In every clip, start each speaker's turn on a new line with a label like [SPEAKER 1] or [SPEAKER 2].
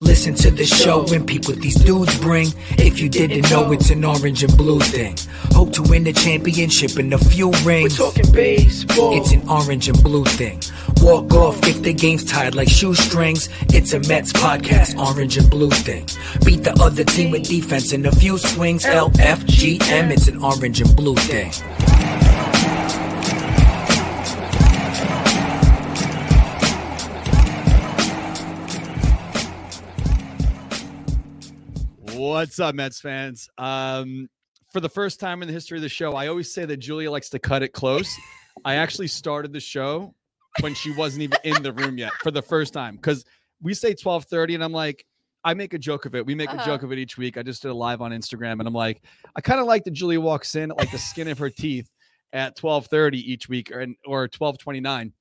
[SPEAKER 1] Listen to the show and peep what these dudes bring. If you didn't know, it's an orange and blue thing. Hope to win the championship in a few rings. It's an orange and blue thing. Walk off if the game's tied like shoestrings. It's a Mets podcast, orange and blue thing. Beat the other team with defense in a few swings. LFGM, it's an orange and blue thing.
[SPEAKER 2] What's up, Mets fans? Um, for the first time in the history of the show, I always say that Julia likes to cut it close. I actually started the show when she wasn't even in the room yet for the first time because we say 12:30, and I'm like, I make a joke of it. We make a
[SPEAKER 3] Uh-huh.
[SPEAKER 2] joke of it each week. I just did a live on Instagram, and I'm like, I kind of like that Julia walks in at like the skin of her teeth at 12:30 each week, or or 12:29.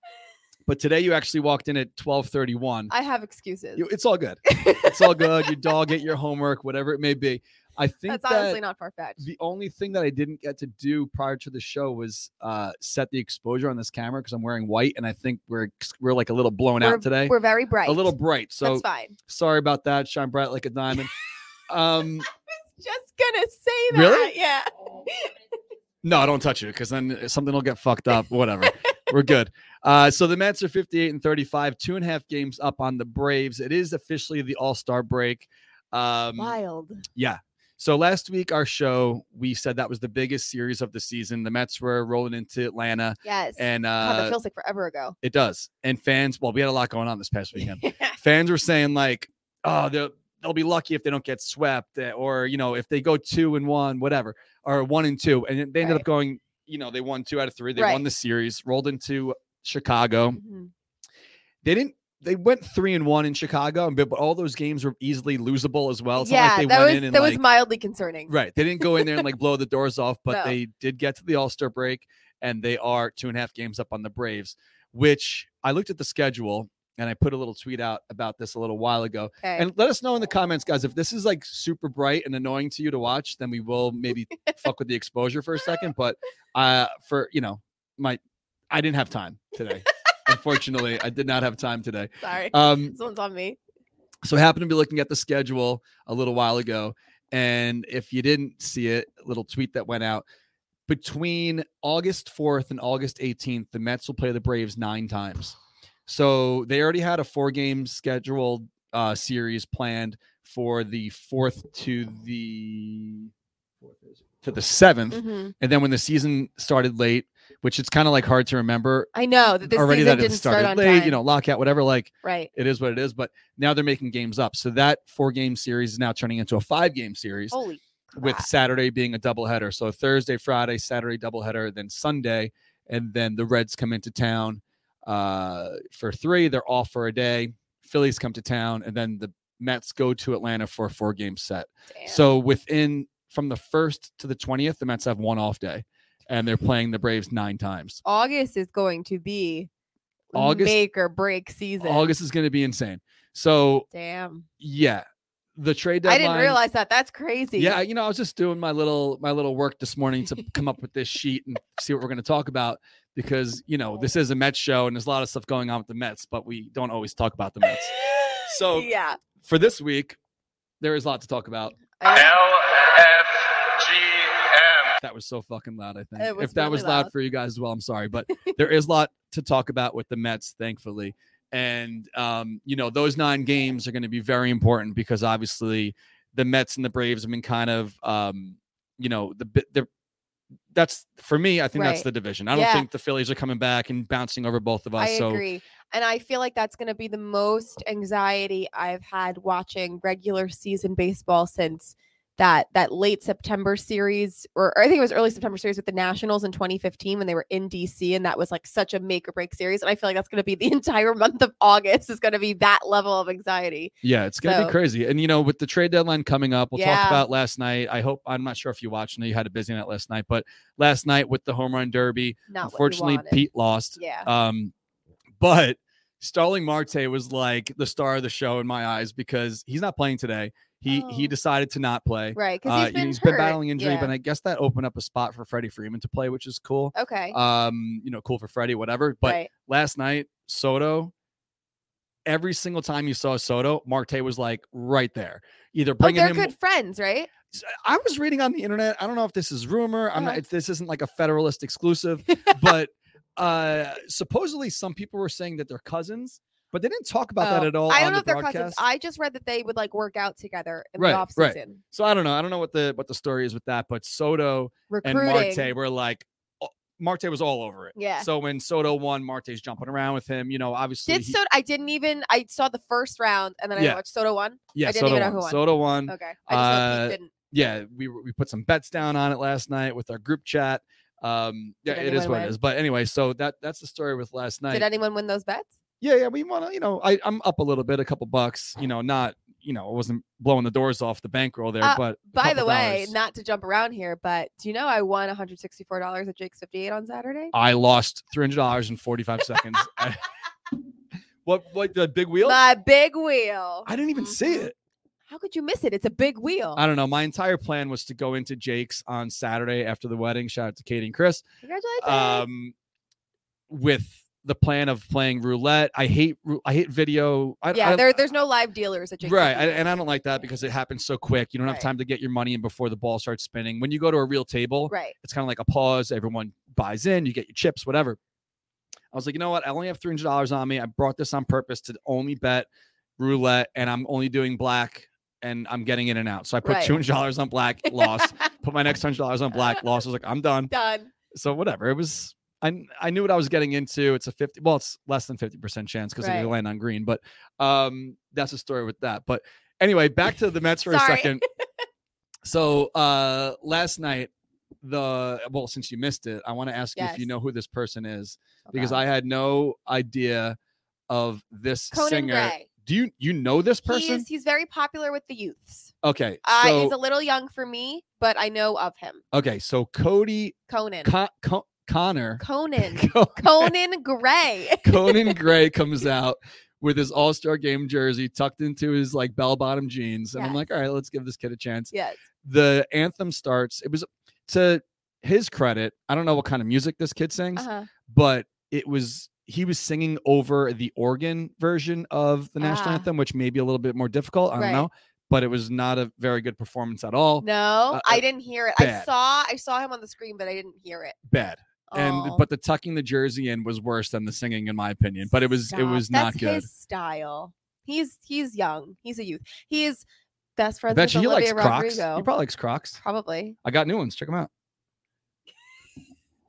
[SPEAKER 2] But today you actually walked in at 12:31.
[SPEAKER 3] I have excuses.
[SPEAKER 2] You- It's all good. It's all good. Your dog ate your homework, whatever it may be. I think
[SPEAKER 3] That's
[SPEAKER 2] that
[SPEAKER 3] honestly not far fetched.
[SPEAKER 2] the only thing that I didn't get to do prior to the show was uh, set the exposure on this camera because I'm wearing white, and I think we're ex- we're like a little blown out today,
[SPEAKER 3] We're very bright.
[SPEAKER 2] a little bright. So
[SPEAKER 3] That's fine.
[SPEAKER 2] sorry about that. Shine bright like a diamond. um,
[SPEAKER 3] Just gonna say that.
[SPEAKER 2] Really?
[SPEAKER 3] Yeah.
[SPEAKER 2] no, don't touch it because then uh, something will get fucked up. Whatever. we're good. Uh, so the Mets are 58 and 35, two and a half games up on the Braves. It is officially the All Star break. Um,
[SPEAKER 3] Wild.
[SPEAKER 2] Yeah. So last week, our show, we said that was the biggest series of the season. The Mets were rolling into Atlanta,
[SPEAKER 3] Yes.
[SPEAKER 2] and
[SPEAKER 3] God, that
[SPEAKER 2] uh,
[SPEAKER 3] feels like forever ago.
[SPEAKER 2] it does. And fans, well, we had a lot going on this past weekend. fans were saying like, "Oh, they'll they'll be lucky if they don't get swept, uh, or you know, if they go two and one, whatever, or one and two. And then they ended up
[SPEAKER 3] Right.
[SPEAKER 2] going, you know, they won two out of three. They won
[SPEAKER 3] Right.
[SPEAKER 2] the series, rolled into Chicago.
[SPEAKER 3] Mhm.
[SPEAKER 2] They didn't. They went three and one in Chicago, but but all those games were easily losable as well. It's not
[SPEAKER 3] Yeah,
[SPEAKER 2] like they
[SPEAKER 3] that
[SPEAKER 2] went
[SPEAKER 3] was
[SPEAKER 2] in and
[SPEAKER 3] that
[SPEAKER 2] like,
[SPEAKER 3] was mildly concerning.
[SPEAKER 2] Right. They didn't go in there and like blow the doors off, but
[SPEAKER 3] No.
[SPEAKER 2] they did get to the All Star break and they are two and a half games up on the Braves, which I looked at the schedule and I put a little tweet out about this a little while ago.
[SPEAKER 3] Okay.
[SPEAKER 2] And let us know in the comments, guys, if this is like super bright and annoying to you to watch, then we will maybe fuck with the exposure for a second. But uh for you know, my I didn't have time today. Unfortunately, I did not have time today.
[SPEAKER 3] Sorry.
[SPEAKER 2] Um
[SPEAKER 3] this one's on me.
[SPEAKER 2] so I happened to be looking at the schedule a little while ago. And if you didn't see it, a little tweet that went out between August 4th and August 18th, the Mets will play the Braves nine times. So they already had a four game scheduled uh, series planned for the fourth to the to the 7th
[SPEAKER 3] Mhm.
[SPEAKER 2] And then when the season started late, which it's kind of like hard to remember
[SPEAKER 3] I know that this
[SPEAKER 2] already
[SPEAKER 3] season
[SPEAKER 2] that it
[SPEAKER 3] didn't
[SPEAKER 2] started
[SPEAKER 3] start on
[SPEAKER 2] late,
[SPEAKER 3] time.
[SPEAKER 2] you know, lockout, whatever, like
[SPEAKER 3] Right.
[SPEAKER 2] it is what it is. But now they're making games up. So that four game series is now turning into a five game series
[SPEAKER 3] Holy. Crap.
[SPEAKER 2] with Saturday being a doubleheader. So Thursday, Friday, Saturday doubleheader, then Sunday, and then the Reds come into town uh, for three. They're off for a day. Phillies come to town, and then the Mets go to Atlanta for a four game set.
[SPEAKER 3] Damn.
[SPEAKER 2] So within from the first to the twentieth, the Mets have one off day, and they're playing the Braves nine times.
[SPEAKER 3] August is going to be
[SPEAKER 2] August-
[SPEAKER 3] make or break season.
[SPEAKER 2] August is going to be insane. So
[SPEAKER 3] Damn.
[SPEAKER 2] yeah, the trade
[SPEAKER 3] I
[SPEAKER 2] deadline.
[SPEAKER 3] didn't realize that. That's crazy.
[SPEAKER 2] Yeah, you know, I was just doing my little my little work this morning to come up with this sheet and see what we're going to talk about because you know this is a Mets show and there's a lot of stuff going on with the Mets, but we don't always talk about the Mets. So-
[SPEAKER 3] yeah.
[SPEAKER 2] For this week, there is a lot to talk about.
[SPEAKER 3] I-
[SPEAKER 4] LFGM.
[SPEAKER 2] That was so fucking loud. I
[SPEAKER 3] It
[SPEAKER 2] think
[SPEAKER 3] was
[SPEAKER 2] if that
[SPEAKER 3] really
[SPEAKER 2] was loud
[SPEAKER 3] loud.
[SPEAKER 2] for you guys as well, I'm sorry, but there is a lot to talk about with the Mets, thankfully. And um, you know, those nine games are going to be very important because obviously the Mets and the Braves have been kind of, um, you know, the bit they're. That's for me. I think that's
[SPEAKER 3] Right.
[SPEAKER 2] the division. I don't
[SPEAKER 3] Yeah.
[SPEAKER 2] think the Phillies are coming back and bouncing over both of us.
[SPEAKER 3] I
[SPEAKER 2] so
[SPEAKER 3] agree. And I feel like that's going to be the most anxiety I've had watching regular season baseball since that that late September series or, or I think it was early September series with the Nationals in 2015 when they were in DC and that was like such a make or break series and I feel like that's going to be the entire month of August is going to be that level of anxiety.
[SPEAKER 2] yeah, it's gonna be
[SPEAKER 3] So-
[SPEAKER 2] crazy. And you know, with the trade deadline coming up, we'll talk
[SPEAKER 3] Yeah.
[SPEAKER 2] about last night. I hope I'm not sure if you watched. I know you had a busy night last night, but last night with the home run derby,
[SPEAKER 3] Not
[SPEAKER 2] unfortunately,
[SPEAKER 3] what we wanted.
[SPEAKER 2] Pete lost.
[SPEAKER 3] Yeah.
[SPEAKER 2] Um, but Starling Marte was like the star of the show in my eyes because he's not playing today. He he
[SPEAKER 3] Oh.
[SPEAKER 2] decided to not play.
[SPEAKER 3] Right, cuz
[SPEAKER 2] Uh,
[SPEAKER 3] he's been hurt.
[SPEAKER 2] battling injury,
[SPEAKER 3] Yeah.
[SPEAKER 2] but I guess that opened up a spot for Freddie Freeman to play, which is cool.
[SPEAKER 3] Okay.
[SPEAKER 2] Um, you know, cool for Freddie, whatever. But
[SPEAKER 3] right.
[SPEAKER 2] last night, Soto every single time you saw Soto, Marte was like right there, either
[SPEAKER 3] Oh,
[SPEAKER 2] bringing
[SPEAKER 3] they're
[SPEAKER 2] him.
[SPEAKER 3] good friends, right?
[SPEAKER 2] I was reading on the internet. I don't know if this is rumor. I'm not.
[SPEAKER 3] Uh-huh.
[SPEAKER 2] It's, this isn't like a Federalist exclusive, but uh supposedly some people were saying that they're cousins, but they didn't talk about that
[SPEAKER 3] Oh,
[SPEAKER 2] at all.
[SPEAKER 3] I
[SPEAKER 2] on
[SPEAKER 3] don't know if
[SPEAKER 2] the
[SPEAKER 3] they're
[SPEAKER 2] broadcast.
[SPEAKER 3] cousins. I just read that they would like work out together in
[SPEAKER 2] Right,
[SPEAKER 3] the off
[SPEAKER 2] right.
[SPEAKER 3] season.
[SPEAKER 2] So I don't know. I don't know what the what the story is with that, but Soto and
[SPEAKER 3] Recruiting.
[SPEAKER 2] Marte were like oh, Marte was all over it.
[SPEAKER 3] Yeah.
[SPEAKER 2] So when Soto won, Marte's jumping around with him. You know, obviously,
[SPEAKER 3] Did
[SPEAKER 2] he-
[SPEAKER 3] Soto? I didn't even. I saw the first round, and then
[SPEAKER 2] Yeah.
[SPEAKER 3] I watched Soto one.
[SPEAKER 2] yeah,
[SPEAKER 3] I didn't
[SPEAKER 2] Soto
[SPEAKER 3] even know
[SPEAKER 2] won.
[SPEAKER 3] who won.
[SPEAKER 2] Soto won.
[SPEAKER 3] Okay, I just know
[SPEAKER 2] Uh,
[SPEAKER 3] Pete didn't.
[SPEAKER 2] Yeah, we were- we put some bets down on it last night with our group chat. Um, yeah,
[SPEAKER 3] Did
[SPEAKER 2] it is
[SPEAKER 3] anyone
[SPEAKER 2] what it
[SPEAKER 3] win?
[SPEAKER 2] is. But anyway, so that that's the story with last night.
[SPEAKER 3] Did anyone win those bets?
[SPEAKER 2] yeah, yeah, we want to, you know, I, I'm up a little bit, a couple bucks, you know, not, you know, I wasn't blowing the doors off the bankroll there,
[SPEAKER 3] Uh,
[SPEAKER 2] but a
[SPEAKER 3] By
[SPEAKER 2] couple
[SPEAKER 3] the way,
[SPEAKER 2] dollars.
[SPEAKER 3] not to jump around here, but do you know I won one hundred sixty-four dollars at Jake's fifty-eight on Saturday?
[SPEAKER 2] I lost $300 in 45 seconds. I- what, what, the big wheel?
[SPEAKER 3] My big wheel.
[SPEAKER 2] I didn't even see
[SPEAKER 3] Mhm.
[SPEAKER 2] it.
[SPEAKER 3] How could you miss it? It's a big wheel.
[SPEAKER 2] I don't know. My entire plan was to go into Jake's on Saturday after the wedding. Shout out to Katie and Chris.
[SPEAKER 3] Congratulations.
[SPEAKER 2] um, with the plan of playing roulette. I hate ru- I hate video. I,
[SPEAKER 3] yeah,
[SPEAKER 2] I-
[SPEAKER 3] there, there's no live dealers at Jake's.
[SPEAKER 2] right, I,
[SPEAKER 3] 58.
[SPEAKER 2] and I don't like that because it happens so quick. You don't have
[SPEAKER 3] Right.
[SPEAKER 2] time to get your money in before the ball starts spinning. When you go to a real table,
[SPEAKER 3] right.
[SPEAKER 2] it's kind of like a pause. Everyone buys in. You get your chips, whatever. I was like, you know what? I only have three hundred dollars on me. I brought this on purpose to only bet roulette, and I'm only doing black. And I'm getting in and out. So I put
[SPEAKER 3] Right.
[SPEAKER 2] $200 on black, lost. put my next $100 on black, lost. I was like, I'm done
[SPEAKER 3] Done.
[SPEAKER 2] so whatever it was I, I knew what I was getting into. It's a 50 well, it's less than 50% chance because they
[SPEAKER 3] Right.
[SPEAKER 2] land on green, but um that's a story with that. But anyway, back to the Mets for a
[SPEAKER 3] Sorry.
[SPEAKER 2] second. So uh last night, the well, since you missed it, I want to ask you if you
[SPEAKER 3] Yes. Oh,
[SPEAKER 2] know who this person is
[SPEAKER 3] Hold
[SPEAKER 2] because
[SPEAKER 3] on.
[SPEAKER 2] I had no idea of this
[SPEAKER 3] Conan
[SPEAKER 2] singer.
[SPEAKER 3] Gray.
[SPEAKER 2] Do you you know this person?
[SPEAKER 3] He's he's very popular with the youths.
[SPEAKER 2] okay.
[SPEAKER 3] Uh,
[SPEAKER 2] so,
[SPEAKER 3] he's a little young for me, but I know of him.
[SPEAKER 2] okay, so Cody
[SPEAKER 3] Conan.
[SPEAKER 2] Con- Con- Connor
[SPEAKER 3] Conan.
[SPEAKER 2] Con-
[SPEAKER 3] Conan Gray.
[SPEAKER 2] Conan Gray comes out with his All Star Game jersey tucked into his like bell bottom jeans, and I'm like, all right, let's give this kid a chance.
[SPEAKER 3] yes.
[SPEAKER 2] The anthem starts. It was to his credit. I don't know what kind of music this kid sings,
[SPEAKER 3] Uh-huh.
[SPEAKER 2] but it was he was singing over the organ version of the national
[SPEAKER 3] Ah.
[SPEAKER 2] anthem, which may be a little bit more difficult. I don't
[SPEAKER 3] Right.
[SPEAKER 2] know, but it was not a very good performance at all.
[SPEAKER 3] No,
[SPEAKER 2] uh,
[SPEAKER 3] I didn't hear it.
[SPEAKER 2] bad.
[SPEAKER 3] I saw I saw him on the screen, but I didn't hear it.
[SPEAKER 2] Bad. And
[SPEAKER 3] Oh,
[SPEAKER 2] but the tucking the jersey in was worse than the singing, in my opinion. But it was it
[SPEAKER 3] stop.
[SPEAKER 2] was
[SPEAKER 3] That's
[SPEAKER 2] not good.
[SPEAKER 3] His style. He's he's young. He's a youth. He is best
[SPEAKER 2] I
[SPEAKER 3] friends
[SPEAKER 2] bet
[SPEAKER 3] with
[SPEAKER 2] you he likes
[SPEAKER 3] Olivia
[SPEAKER 2] Crocs. He
[SPEAKER 3] Rodrigo.
[SPEAKER 2] probably likes Crocs.
[SPEAKER 3] Probably.
[SPEAKER 2] I got new ones. Check them out.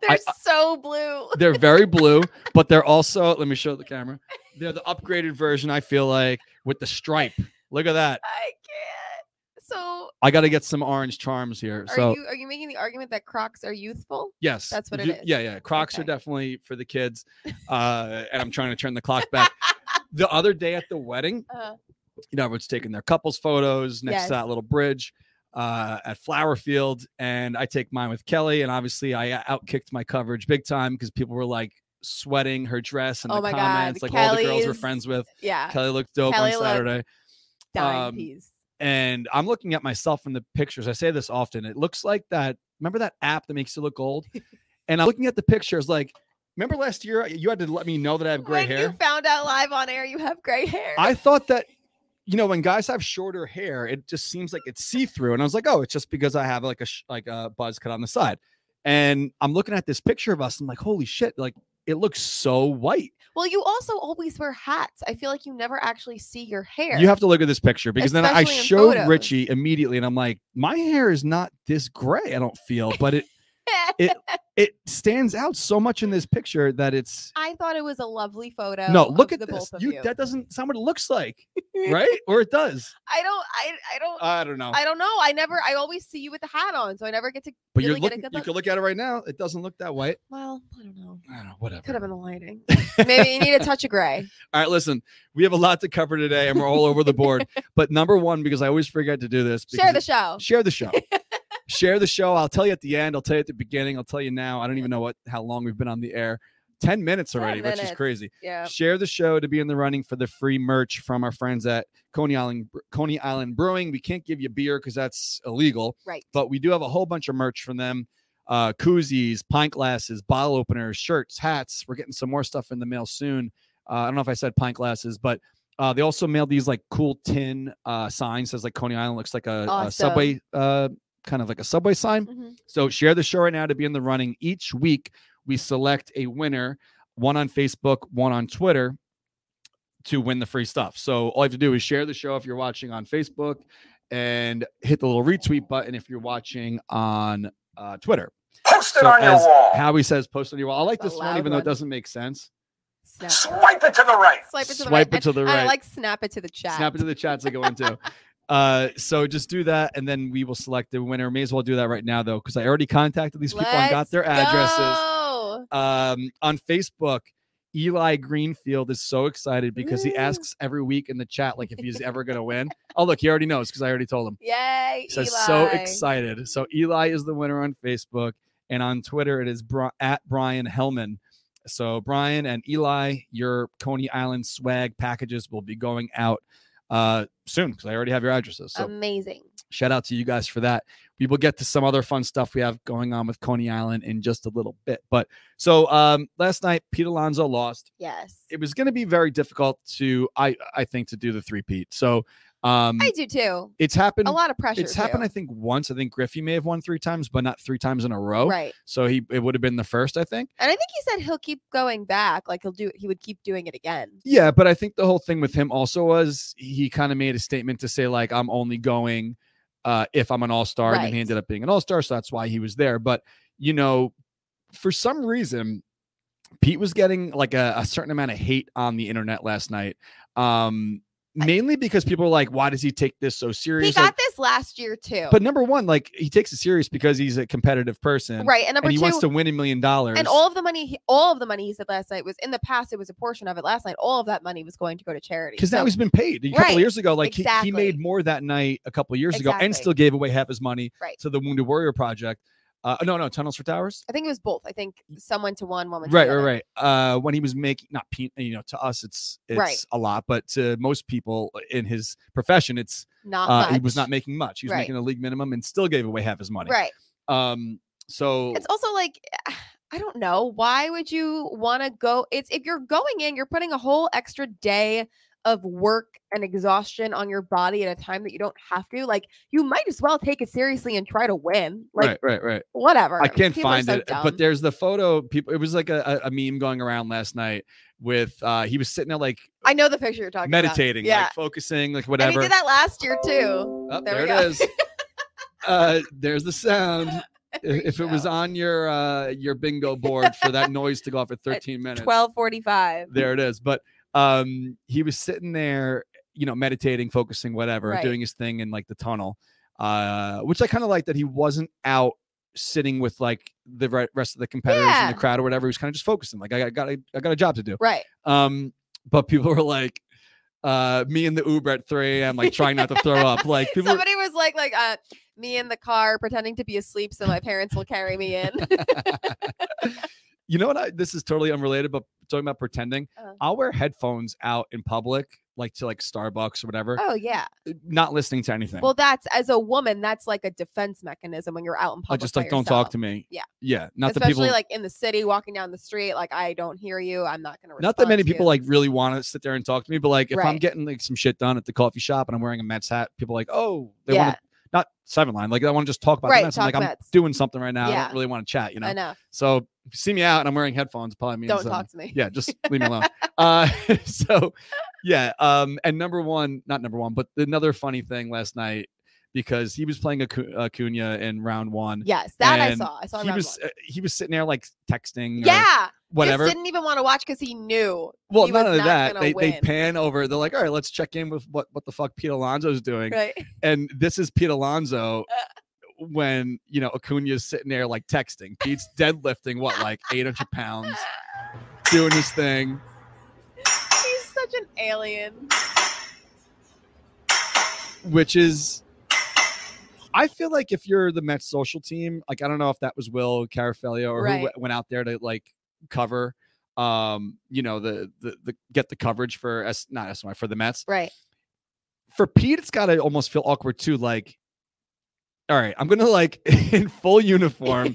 [SPEAKER 3] They're
[SPEAKER 2] I- uh
[SPEAKER 3] so blue.
[SPEAKER 2] They're very blue, but they're also, let me show the camera. They're the upgraded version, I feel like, with the stripe. Look at that.
[SPEAKER 3] I can't. So
[SPEAKER 2] I got to get some orange charms here.
[SPEAKER 3] are
[SPEAKER 2] so,
[SPEAKER 3] you are you making the argument that Crocs are youthful?
[SPEAKER 2] yes.
[SPEAKER 3] that's what
[SPEAKER 2] it
[SPEAKER 3] it
[SPEAKER 2] is.
[SPEAKER 3] is.
[SPEAKER 2] Yeah, yeah. Crocs are
[SPEAKER 3] Okay.
[SPEAKER 2] definitely for the kids. Uh, and I'm trying to turn the clock back. The other day at the wedding,
[SPEAKER 3] Uh,
[SPEAKER 2] you know, everyone's taking their couples photos next
[SPEAKER 3] Yes.
[SPEAKER 2] to that little bridge uh, at Flower Field, and I take mine with Kelly. And obviously, I uh, outkicked my coverage big time because people were like sweating her dress and
[SPEAKER 3] Oh
[SPEAKER 2] the
[SPEAKER 3] my God,
[SPEAKER 2] comments, like all the girls were
[SPEAKER 3] Kelly's
[SPEAKER 2] friends with.
[SPEAKER 3] yeah.
[SPEAKER 2] Kelly looked dope
[SPEAKER 3] Kelly
[SPEAKER 2] on
[SPEAKER 3] looked-
[SPEAKER 2] Saturday,
[SPEAKER 3] Dime
[SPEAKER 2] um,
[SPEAKER 3] piece.
[SPEAKER 2] and I'm looking at myself in the pictures. I say this often. It looks like that. Remember that app that makes you look old? and I'm looking at the pictures. Like, remember last year? You had to let me know that I have gray
[SPEAKER 3] when
[SPEAKER 2] hair.
[SPEAKER 3] you found out live on air you have gray hair.
[SPEAKER 2] I thought that, you know, when guys have shorter hair, it just seems like it's see through. And I was like, oh, it's just because I have like a sh- like a buzz cut on the side. And I'm looking at this picture of us. I'm like, holy shit! Like it looks so white.
[SPEAKER 3] well, you also always wear hats. I feel like you never actually see your hair.
[SPEAKER 2] You have to look at this picture because then I
[SPEAKER 3] Especially in
[SPEAKER 2] showed
[SPEAKER 3] photos.
[SPEAKER 2] Richie immediately, and I'm like, my hair is not this gray. I don't feel, but it it stands out so much in this picture that it's
[SPEAKER 3] I thought it was a lovely photo.
[SPEAKER 2] no. Look
[SPEAKER 3] of
[SPEAKER 2] at
[SPEAKER 3] the
[SPEAKER 2] this.
[SPEAKER 3] both of
[SPEAKER 2] You,
[SPEAKER 3] you.
[SPEAKER 2] that doesn't sound what it looks like, right? or it does.
[SPEAKER 3] I don't. I. I don't.
[SPEAKER 2] I don't know.
[SPEAKER 3] I don't know. I never. I always see you with the hat on, so I never get to.
[SPEAKER 2] but you're
[SPEAKER 3] really get a
[SPEAKER 2] looking.
[SPEAKER 3] good
[SPEAKER 2] You
[SPEAKER 3] look.
[SPEAKER 2] can look at it right now. It doesn't look that white.
[SPEAKER 3] Well, I don't know.
[SPEAKER 2] I don't know, whatever.
[SPEAKER 3] Could have been the lighting. Maybe you need a touch of gray.
[SPEAKER 2] All right, listen, we have a lot to cover today and we're all over the board. But number one, because I always forget to do this,
[SPEAKER 3] Share the
[SPEAKER 2] because
[SPEAKER 3] show.
[SPEAKER 2] it- share the show. share the show. I'll tell you at the end. I'll tell you at the beginning. I'll tell you now. I don't even know what how long we've been on the air. 10 minutes
[SPEAKER 3] 10
[SPEAKER 2] already, which is
[SPEAKER 3] minutes.
[SPEAKER 2] crazy.
[SPEAKER 3] Yeah.
[SPEAKER 2] Share the show to be in the running for the free merch from our friends at Coney Island Coney Island Brewing. We can't give you beer because that's illegal,
[SPEAKER 3] Right.
[SPEAKER 2] but we do have a whole bunch of merch from them. Uh, koozies, pint glasses, bottle openers, shirts, hats. We're getting some more stuff in the mail soon. Uh, I don't know if I said pint glasses, but Uh, they also mailed these like cool tin uh, signs. Says like Coney Island looks like a, a
[SPEAKER 3] Awesome.
[SPEAKER 2] subway, uh, kind of like a subway sign.
[SPEAKER 3] Mhm.
[SPEAKER 2] So share the show right now to be in the running. Each week we select a winner, one on Facebook, one on Twitter, to win the free stuff. So all you have to do is share the show if you're watching on Facebook, and hit the little retweet button if you're watching on uh, Twitter.
[SPEAKER 4] Post it
[SPEAKER 2] So
[SPEAKER 4] on your
[SPEAKER 2] as
[SPEAKER 4] wall.
[SPEAKER 2] Howie says, post on your wall. I like
[SPEAKER 3] That's a
[SPEAKER 2] this one,
[SPEAKER 3] loud
[SPEAKER 2] even though it
[SPEAKER 3] one.
[SPEAKER 2] doesn't make sense.
[SPEAKER 3] Snap.
[SPEAKER 4] Swipe it to the right.
[SPEAKER 3] Swipe it to the
[SPEAKER 2] Swipe
[SPEAKER 3] right.
[SPEAKER 2] it to the
[SPEAKER 3] And I
[SPEAKER 2] right.
[SPEAKER 3] like snap it to the chat.
[SPEAKER 2] Snap into the chats I go into. Uh, so just do that, and then we will select the winner. May as well do that right now, though, because I already contacted these people and got
[SPEAKER 3] Let's
[SPEAKER 2] their addresses.
[SPEAKER 3] go.
[SPEAKER 2] Um, on Facebook, Eli Greenfield is so excited because he
[SPEAKER 3] Woo.
[SPEAKER 2] asks every week in the chat, like if he's ever going to win. Oh, look, he already knows because I already told him.
[SPEAKER 3] Yay.
[SPEAKER 2] He says
[SPEAKER 3] Eli.
[SPEAKER 2] so excited. So Eli is the winner on Facebook, and on Twitter it is Bri- at Brian Hellman. So Brian and Eli, your Coney Island swag packages will be going out uh, soon because I already have your addresses. So
[SPEAKER 3] Amazing.
[SPEAKER 2] shout out to you guys for that. We will get to some other fun stuff we have going on with Coney Island in just a little bit. But so um, last night Pete Alonso lost
[SPEAKER 3] Yes.
[SPEAKER 2] it was going to be very difficult to i i think to do the three peat so um
[SPEAKER 3] I do too.
[SPEAKER 2] it's happened
[SPEAKER 3] A lot of pressure.
[SPEAKER 2] it's happened i
[SPEAKER 3] too.
[SPEAKER 2] think once i think griffey may have won three times but not three times in a row
[SPEAKER 3] Right.
[SPEAKER 2] so he it would have been the first i think
[SPEAKER 3] And I think he said he'll keep going back. Like he'll do he would keep doing it again.
[SPEAKER 2] yeah but i think the whole thing with him also was he kind of made a statement to say like i'm only going uh if i'm an all-star and then he
[SPEAKER 3] Right.
[SPEAKER 2] ended up being an all-star so that's why he was there but you know for some reason pete was getting like a, a certain amount of hate on the internet last night um mainly because people are like why does he take this so serious
[SPEAKER 3] He
[SPEAKER 2] Like,
[SPEAKER 3] got this last year too.
[SPEAKER 2] but number one like he takes it serious because he's a competitive person
[SPEAKER 3] right. And number
[SPEAKER 2] and he
[SPEAKER 3] two,
[SPEAKER 2] wants to win a million dollars
[SPEAKER 3] and all of the money he, all of the money he said last night was in the past, it was a portion of it last night. All of that money was going to go to charity.
[SPEAKER 2] because now
[SPEAKER 3] So-
[SPEAKER 2] he's been paid a couple
[SPEAKER 3] Right,
[SPEAKER 2] years ago. Like he, he made
[SPEAKER 3] exactly.
[SPEAKER 2] more that night a couple years ago and
[SPEAKER 3] Exactly.
[SPEAKER 2] still gave away half his money
[SPEAKER 3] Right.
[SPEAKER 2] to the Wounded Warrior Project. Uh, no, no, Tunnels for Towers.
[SPEAKER 3] I think it was both. I think someone to one, woman to
[SPEAKER 2] Right,
[SPEAKER 3] the other.
[SPEAKER 2] right, right. Uh, when he was making not pe- you know to us it's it's
[SPEAKER 3] Right.
[SPEAKER 2] a lot, but to most people in his profession it's
[SPEAKER 3] Not
[SPEAKER 2] uh,
[SPEAKER 3] much.
[SPEAKER 2] he was not making much. He was
[SPEAKER 3] Right.
[SPEAKER 2] making a league minimum and still gave away half his money.
[SPEAKER 3] right.
[SPEAKER 2] Um. So
[SPEAKER 3] It's also like eh, I don't know why would you want to go. It's if you're going in, you're putting a whole extra day of work and exhaustion on your body at a time that you don't have to. Like you might as well take it seriously and try to win. Like
[SPEAKER 2] right, right, right.
[SPEAKER 3] whatever.
[SPEAKER 2] I can't
[SPEAKER 3] People are
[SPEAKER 2] find
[SPEAKER 3] so
[SPEAKER 2] it,
[SPEAKER 3] dumb.
[SPEAKER 2] but there's the photo. People, it was like a, a a meme going around last night with uh he was sitting there like
[SPEAKER 3] I know the picture you're talking about.
[SPEAKER 2] meditating,
[SPEAKER 3] Yeah.
[SPEAKER 2] like focusing, like
[SPEAKER 3] and he
[SPEAKER 2] whatever.
[SPEAKER 3] did that last year too.
[SPEAKER 2] Oh,
[SPEAKER 3] there
[SPEAKER 2] there,
[SPEAKER 3] we
[SPEAKER 2] it
[SPEAKER 3] go.
[SPEAKER 2] is. uh, there's the sound. I- If it was
[SPEAKER 3] show.
[SPEAKER 2] on your uh, your bingo board for that noise to go off at 13 minutes,
[SPEAKER 3] Twelve forty-five.
[SPEAKER 2] there it is. But um, he was sitting there, you know, meditating, focusing, whatever,
[SPEAKER 3] Right.
[SPEAKER 2] doing his thing in like the tunnel, uh, which I kind of like that he wasn't out sitting with like the re- rest of the competitors in
[SPEAKER 3] Yeah.
[SPEAKER 2] the crowd or whatever. He was kind of just focusing, like I got, got a, I got a job to do.
[SPEAKER 3] Right.
[SPEAKER 2] Um, but people were like, uh, me and the Uber at 3 a.m., like trying not to throw up. Like people, were-
[SPEAKER 3] Somebody was like, like uh, me in the car pretending to be asleep so my parents will carry me in.
[SPEAKER 2] you know what? I, this is totally unrelated, but talking about pretending,
[SPEAKER 3] Uh.
[SPEAKER 2] I'll wear headphones out in public, like to like Starbucks or whatever, uh,
[SPEAKER 3] oh yeah.
[SPEAKER 2] not listening to anything.
[SPEAKER 3] Well, that's as a woman, that's like a defense mechanism when you're out in
[SPEAKER 2] I
[SPEAKER 3] public.
[SPEAKER 2] Oh, just
[SPEAKER 3] by
[SPEAKER 2] like don't talk
[SPEAKER 3] yourself.
[SPEAKER 2] to me.
[SPEAKER 3] Yeah.
[SPEAKER 2] yeah. Not that
[SPEAKER 3] Especially
[SPEAKER 2] people,
[SPEAKER 3] like in the city, walking down the street, like I don't hear you. I'm not gonna.
[SPEAKER 2] not that
[SPEAKER 3] respond
[SPEAKER 2] many
[SPEAKER 3] to
[SPEAKER 2] people
[SPEAKER 3] you."
[SPEAKER 2] like really want to sit there and talk to me, but like if I'm
[SPEAKER 3] Right.
[SPEAKER 2] getting like some shit done at the coffee shop and I'm wearing a Mets hat, people are like, oh, they
[SPEAKER 3] yeah,
[SPEAKER 2] want to not seven line, like I want to just talk about
[SPEAKER 3] Right,
[SPEAKER 2] the Mets. I'm
[SPEAKER 3] talk
[SPEAKER 2] like I'm
[SPEAKER 3] Mets.
[SPEAKER 2] doing something right now. I
[SPEAKER 3] Yeah.
[SPEAKER 2] don't really want to chat, you know.
[SPEAKER 3] enough.
[SPEAKER 2] So if you see me out and I'm wearing headphones, probably means
[SPEAKER 3] Don't
[SPEAKER 2] um,
[SPEAKER 3] talk to me.
[SPEAKER 2] Yeah, just leave me alone. uh, so yeah, um, and number one, not number one, but another funny thing last night because he was playing Acu- Acuna in round one.
[SPEAKER 3] Yes, that I
[SPEAKER 2] And
[SPEAKER 3] saw. I saw.
[SPEAKER 2] he
[SPEAKER 3] round
[SPEAKER 2] was
[SPEAKER 3] one.
[SPEAKER 2] uh, he was sitting there like texting. or
[SPEAKER 3] yeah,
[SPEAKER 2] whatever.
[SPEAKER 3] Just didn't even want to watch because he knew.
[SPEAKER 2] well,
[SPEAKER 3] he
[SPEAKER 2] none
[SPEAKER 3] was
[SPEAKER 2] of
[SPEAKER 3] not
[SPEAKER 2] that.
[SPEAKER 3] gonna
[SPEAKER 2] They they
[SPEAKER 3] win.
[SPEAKER 2] pan over. They're like, all right, let's check in with what what the fuck Pete Alonso's doing,
[SPEAKER 3] Right.
[SPEAKER 2] and this is Pete Alonso.
[SPEAKER 3] Uh.
[SPEAKER 2] When you know Acuna's sitting there like texting, Pete's deadlifting what like 800 pounds, doing his thing.
[SPEAKER 3] He's such an alien.
[SPEAKER 2] which is I feel like if you're the Mets social team, like I don't know if that was Will Carafelio or who
[SPEAKER 3] Right.
[SPEAKER 2] w- went out there to like cover um you know the the, the get the coverage for S not SMI for the Mets.
[SPEAKER 3] Right.
[SPEAKER 2] For Pete it's got to almost feel awkward too like all right, I'm going to like in full uniform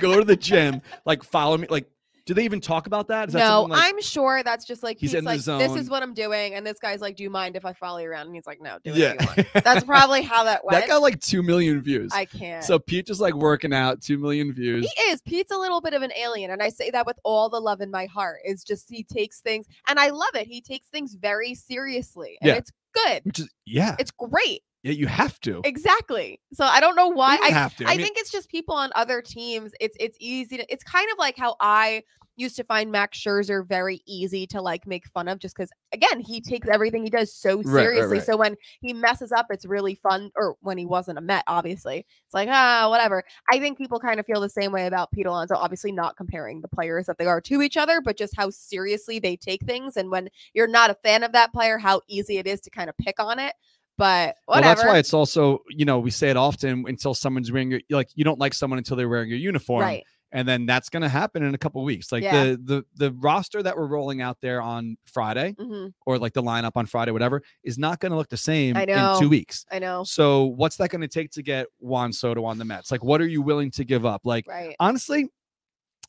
[SPEAKER 2] go to the gym, like follow me like Do they even talk about that? Is that
[SPEAKER 3] no,
[SPEAKER 2] something like,
[SPEAKER 3] I'm sure that's just like
[SPEAKER 2] He's
[SPEAKER 3] he's,
[SPEAKER 2] in the
[SPEAKER 3] like, this
[SPEAKER 2] zone.
[SPEAKER 3] is what I'm doing, and this guy's like, do you mind if I follow you around? And he's like, no, do whatever you want.
[SPEAKER 2] yeah.
[SPEAKER 3] That's probably how that went.
[SPEAKER 2] that got like two million views.
[SPEAKER 3] I can't.
[SPEAKER 2] So Pete just like working out, two million views.
[SPEAKER 3] He is. Pete's a little bit of an alien, and I say that with all the love in my heart. It's just he takes things, and I love it. He takes things very seriously, and
[SPEAKER 2] Yeah.
[SPEAKER 3] it's good.
[SPEAKER 2] Which is yeah,
[SPEAKER 3] It's great.
[SPEAKER 2] yeah you have to.
[SPEAKER 3] Exactly. So I don't know why.
[SPEAKER 2] you
[SPEAKER 3] I
[SPEAKER 2] have to.
[SPEAKER 3] I,
[SPEAKER 2] mean,
[SPEAKER 3] think it's just people on other teams. It's it's easy to. It's kind of like how I used to find Max Scherzer very easy to like make fun of, just because again he takes everything he does so
[SPEAKER 2] right,
[SPEAKER 3] seriously.
[SPEAKER 2] right.
[SPEAKER 3] So when he messes up, it's really fun. Or when he wasn't a Met, obviously, it's like ah whatever. I think people kind of feel the same way about Pete Alonso. Obviously, not comparing the players that they are to each other, but just how seriously they take things. And when you're not a fan of that player, how easy it is to kind of pick on it. But
[SPEAKER 2] well,
[SPEAKER 3] whatever.
[SPEAKER 2] that's why it's also you know we say it often until someone's wearing your like you don't like someone until they're wearing your uniform.
[SPEAKER 3] right.
[SPEAKER 2] and then that's going to happen in a couple weeks. Like
[SPEAKER 3] Yeah.
[SPEAKER 2] the the the roster that we're rolling out there on Friday,
[SPEAKER 3] hmm
[SPEAKER 2] or like the lineup on Friday, whatever, is not going to look the same
[SPEAKER 3] I
[SPEAKER 2] in two
[SPEAKER 3] know.
[SPEAKER 2] weeks.
[SPEAKER 3] I know.
[SPEAKER 2] So what's that going to take to get Juan Soto on the Mets? Like, what are you willing to give up? Like,
[SPEAKER 3] Right.
[SPEAKER 2] honestly,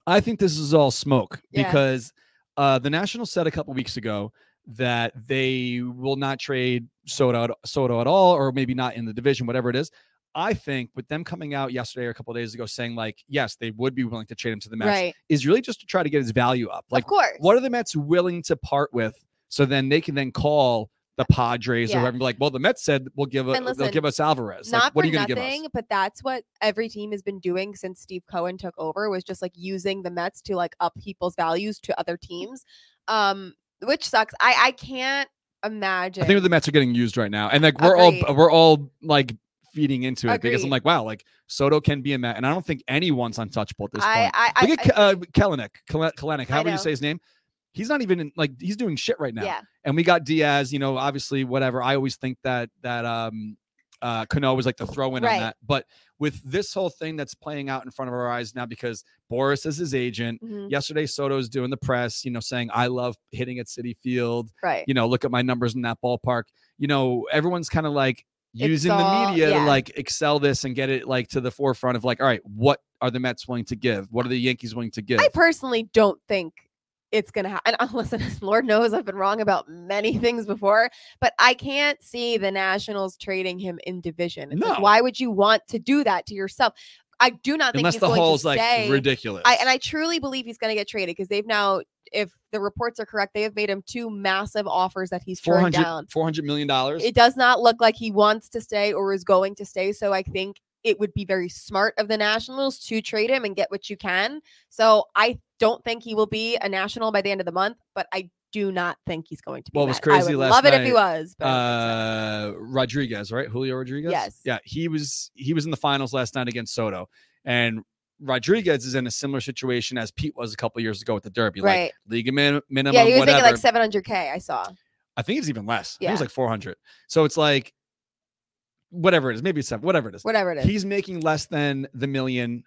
[SPEAKER 2] I think this is all smoke
[SPEAKER 3] Yeah.
[SPEAKER 2] because uh, the Nationals said a couple weeks ago that they will not trade Soto at, Soto at all, or maybe not in the division, whatever it is. I think with them coming out yesterday or a couple days ago saying like, yes, they would be willing to trade him to the Mets
[SPEAKER 3] Right.
[SPEAKER 2] is really just to try to get his value up. Like,
[SPEAKER 3] of course.
[SPEAKER 2] what are the Mets willing to part with so then they can then call the Padres or
[SPEAKER 3] Yeah.
[SPEAKER 2] whoever and be like, well, the Mets said we'll give a,
[SPEAKER 3] And
[SPEAKER 2] they'll
[SPEAKER 3] listen,
[SPEAKER 2] give us Alvarez.
[SPEAKER 3] Not
[SPEAKER 2] Like, what
[SPEAKER 3] for
[SPEAKER 2] are you going to give us?
[SPEAKER 3] nothing, but that's what every team has been doing since Steve Cohen took over was just like using the Mets to like up people's values to other teams, um, which sucks. I I can't imagine.
[SPEAKER 2] I think the Mets are getting used right now, and like we're all
[SPEAKER 3] Agreed.
[SPEAKER 2] we're all like feeding into it because I'm
[SPEAKER 3] Agreed.
[SPEAKER 2] like, wow, like Soto can be a Met, and I don't think anyone's untouchable at this
[SPEAKER 3] I,
[SPEAKER 2] point.
[SPEAKER 3] I, I,
[SPEAKER 2] Look
[SPEAKER 3] I-
[SPEAKER 2] at I, uh, Kelenic, Kele- Kelenic,
[SPEAKER 3] I
[SPEAKER 2] however you
[SPEAKER 3] know.
[SPEAKER 2] say his name. He's not even in, like he's doing shit right now,
[SPEAKER 3] yeah,
[SPEAKER 2] and we got Diaz. You know, obviously, whatever. I always think that that um uh Cano was like the throw in on
[SPEAKER 3] Oh, Right.
[SPEAKER 2] that, but with this whole thing that's playing out in front of our eyes now because Boris is his agent.
[SPEAKER 3] mhm,
[SPEAKER 2] Yesterday, Soto's doing the press, you know, saying I love hitting at City Field
[SPEAKER 3] right.
[SPEAKER 2] you know, look at my numbers in that ballpark. You know, everyone's kind of like
[SPEAKER 3] It's
[SPEAKER 2] using the
[SPEAKER 3] all-
[SPEAKER 2] media to
[SPEAKER 3] yeah.
[SPEAKER 2] like excel this and get it like to the forefront of like, all right, what are the Mets willing to give? What are the Yankees willing to give?
[SPEAKER 3] I personally don't think it's gonna happen. And uh, listen, Lord knows I've been wrong about many things before, but I can't see the Nationals trading him in division. It's like,
[SPEAKER 2] No.
[SPEAKER 3] why would you want to do that to yourself? I do not think
[SPEAKER 2] Unless
[SPEAKER 3] he's
[SPEAKER 2] the
[SPEAKER 3] going
[SPEAKER 2] haul's
[SPEAKER 3] to
[SPEAKER 2] like
[SPEAKER 3] stay.
[SPEAKER 2] ridiculous.
[SPEAKER 3] I, and I truly believe he's going to get traded because they've now, if the reports are correct, they have made him two massive offers that he's turned
[SPEAKER 2] 400,
[SPEAKER 3] down.
[SPEAKER 2] 400 million dollars.
[SPEAKER 3] It does not look like he wants to stay or is going to stay. So I think it would be very smart of the Nationals to trade him and get what you can. So I don't think he will be a National by the end of the month, but I do not think he's going to be.
[SPEAKER 2] Well, it was
[SPEAKER 3] met. I
[SPEAKER 2] crazy
[SPEAKER 3] would
[SPEAKER 2] last
[SPEAKER 3] love it if he
[SPEAKER 2] night,
[SPEAKER 3] was. But I don't think
[SPEAKER 2] uh Rodriguez, right? Julio Rodriguez.
[SPEAKER 3] Yes.
[SPEAKER 2] Yeah, he was he was in the finals last night against Soto, and Rodriguez is in a similar situation as Pete was a couple years ago with the Derby,
[SPEAKER 3] so. right?
[SPEAKER 2] like league min- minimum,
[SPEAKER 3] yeah, he was
[SPEAKER 2] whatever.
[SPEAKER 3] making like 700k. I saw.
[SPEAKER 2] I think it's even less. I think it was
[SPEAKER 3] Yeah.
[SPEAKER 2] like 400. So it's like whatever it is, maybe it's seven, whatever it is.
[SPEAKER 3] Whatever it is,
[SPEAKER 2] He's making less than the million,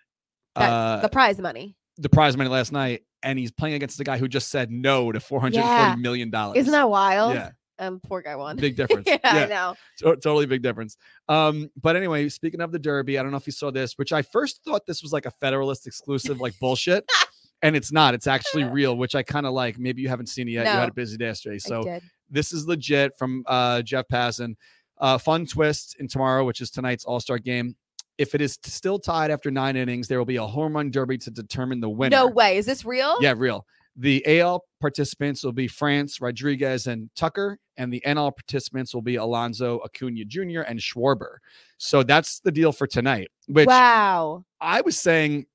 [SPEAKER 3] That's
[SPEAKER 2] uh,
[SPEAKER 3] the prize money.
[SPEAKER 2] the prize money last night, and he's playing against the guy who just said no to 440
[SPEAKER 3] Yeah.
[SPEAKER 2] million dollars.
[SPEAKER 3] Isn't that wild?
[SPEAKER 2] yeah,
[SPEAKER 3] Um, poor guy won.
[SPEAKER 2] big difference.
[SPEAKER 3] yeah,
[SPEAKER 2] yeah.
[SPEAKER 3] I know.
[SPEAKER 2] To- totally big difference. Um, but anyway, speaking of the Derby, I don't know if you saw this, which I first thought this was like a Federalist exclusive, like bullshit, and it's not. It's actually real, which I kind of like. Maybe you haven't seen it yet. You had
[SPEAKER 3] No.
[SPEAKER 2] a busy day yesterday,
[SPEAKER 3] I
[SPEAKER 2] so
[SPEAKER 3] did.
[SPEAKER 2] this is legit from uh, Jeff Passan. Uh, fun twist in tomorrow, which is tonight's All Star game. If it is t- still tied after nine innings, there will be a home run derby to determine the winner.
[SPEAKER 3] No way. Is this real?
[SPEAKER 2] Yeah, real. The AL participants will be France, Rodriguez, and Tucker, and the NL participants will be Alonso, Acuna Jr., and Schwarber. So that's the deal for tonight. Which
[SPEAKER 3] wow.
[SPEAKER 2] I was saying,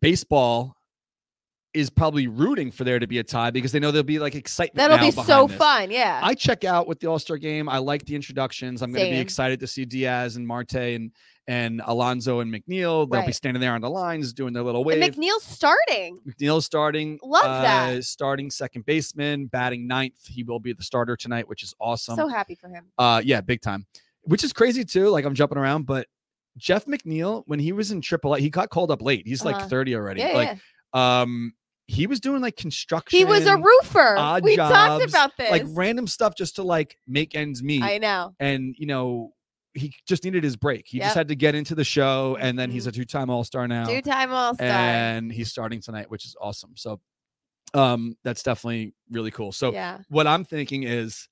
[SPEAKER 2] baseball is probably rooting for there to be a tie because they know there'll be like excitement.
[SPEAKER 3] That'll
[SPEAKER 2] now
[SPEAKER 3] be
[SPEAKER 2] behind
[SPEAKER 3] so
[SPEAKER 2] this.
[SPEAKER 3] fun. Yeah.
[SPEAKER 2] I check out with the All Star game. I like the introductions. I'm going to be
[SPEAKER 3] Same.
[SPEAKER 2] excited to see Diaz and Marte and and Alonzo and McNeil. They'll be
[SPEAKER 3] Right.
[SPEAKER 2] standing there on the lines doing their little
[SPEAKER 3] and
[SPEAKER 2] wave.
[SPEAKER 3] McNeil's starting.
[SPEAKER 2] McNeil starting, uh,
[SPEAKER 3] Love that.
[SPEAKER 2] starting second baseman, batting ninth. He will be the starter tonight, which is awesome.
[SPEAKER 3] So happy for him.
[SPEAKER 2] uh, yeah, big time. Which is crazy too. Like I'm jumping around, but Jeff McNeil when he was in AAA, he got called up late. He's like
[SPEAKER 3] Uh-huh.
[SPEAKER 2] 30 already.
[SPEAKER 3] Yeah,
[SPEAKER 2] like
[SPEAKER 3] yeah.
[SPEAKER 2] um, he was doing like construction.
[SPEAKER 3] He was a roofer.
[SPEAKER 2] odd
[SPEAKER 3] We talked
[SPEAKER 2] jobs,
[SPEAKER 3] about this.
[SPEAKER 2] like random stuff just to like make ends meet
[SPEAKER 3] I know.
[SPEAKER 2] and you know he just needed his break. He just
[SPEAKER 3] Yep.
[SPEAKER 2] had to get into the show, and then he's
[SPEAKER 3] Mhm.
[SPEAKER 2] a two-time All Star now,
[SPEAKER 3] Two time All Star.
[SPEAKER 2] and he's starting tonight, which is awesome. So um, that's definitely really cool. So
[SPEAKER 3] yeah,
[SPEAKER 2] what I'm thinking is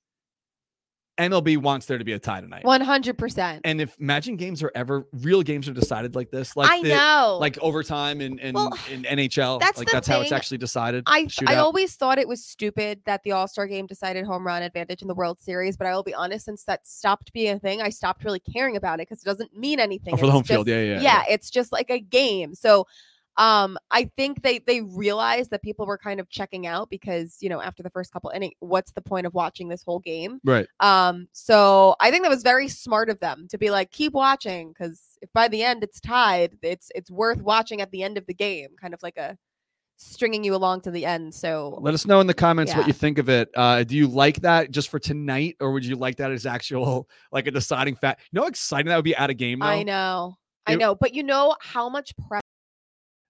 [SPEAKER 2] MLB wants there to be a tie tonight.
[SPEAKER 3] one hundred percent.
[SPEAKER 2] And if imagine games are ever real games are decided like this, like
[SPEAKER 3] I
[SPEAKER 2] the-
[SPEAKER 3] know.
[SPEAKER 2] like overtime and and
[SPEAKER 3] Well,
[SPEAKER 2] in NHL,
[SPEAKER 3] that's
[SPEAKER 2] like
[SPEAKER 3] the
[SPEAKER 2] that's how it's
[SPEAKER 3] thing.
[SPEAKER 2] actually decided.
[SPEAKER 3] I I
[SPEAKER 2] Shootout.
[SPEAKER 3] always thought it was stupid that the All Star Game decided home run advantage in the World Series, but I will be honest, since that stopped being a thing, I stopped really caring about it because it doesn't mean anything.
[SPEAKER 2] Oh, for the
[SPEAKER 3] It's
[SPEAKER 2] home
[SPEAKER 3] just-
[SPEAKER 2] field, yeah, yeah,
[SPEAKER 3] yeah,
[SPEAKER 2] yeah.
[SPEAKER 3] it's just like a game so um i think they they realized that people were kind of checking out because you know after the first couple inning what's the point of watching this whole game
[SPEAKER 2] right.
[SPEAKER 3] um so i think that was very smart of them to be like keep watching because if by the end it's tied it's it's worth watching at the end of the game kind of like a stringing you along to the end so
[SPEAKER 2] Let us know in the comments what
[SPEAKER 3] Yeah.
[SPEAKER 2] you think of it. Uh, do you like that just for tonight, or would you like that as actual like a deciding fact? You know, how exciting that would be at a game. Though?
[SPEAKER 3] i know i
[SPEAKER 2] It-
[SPEAKER 3] know but you know how much prep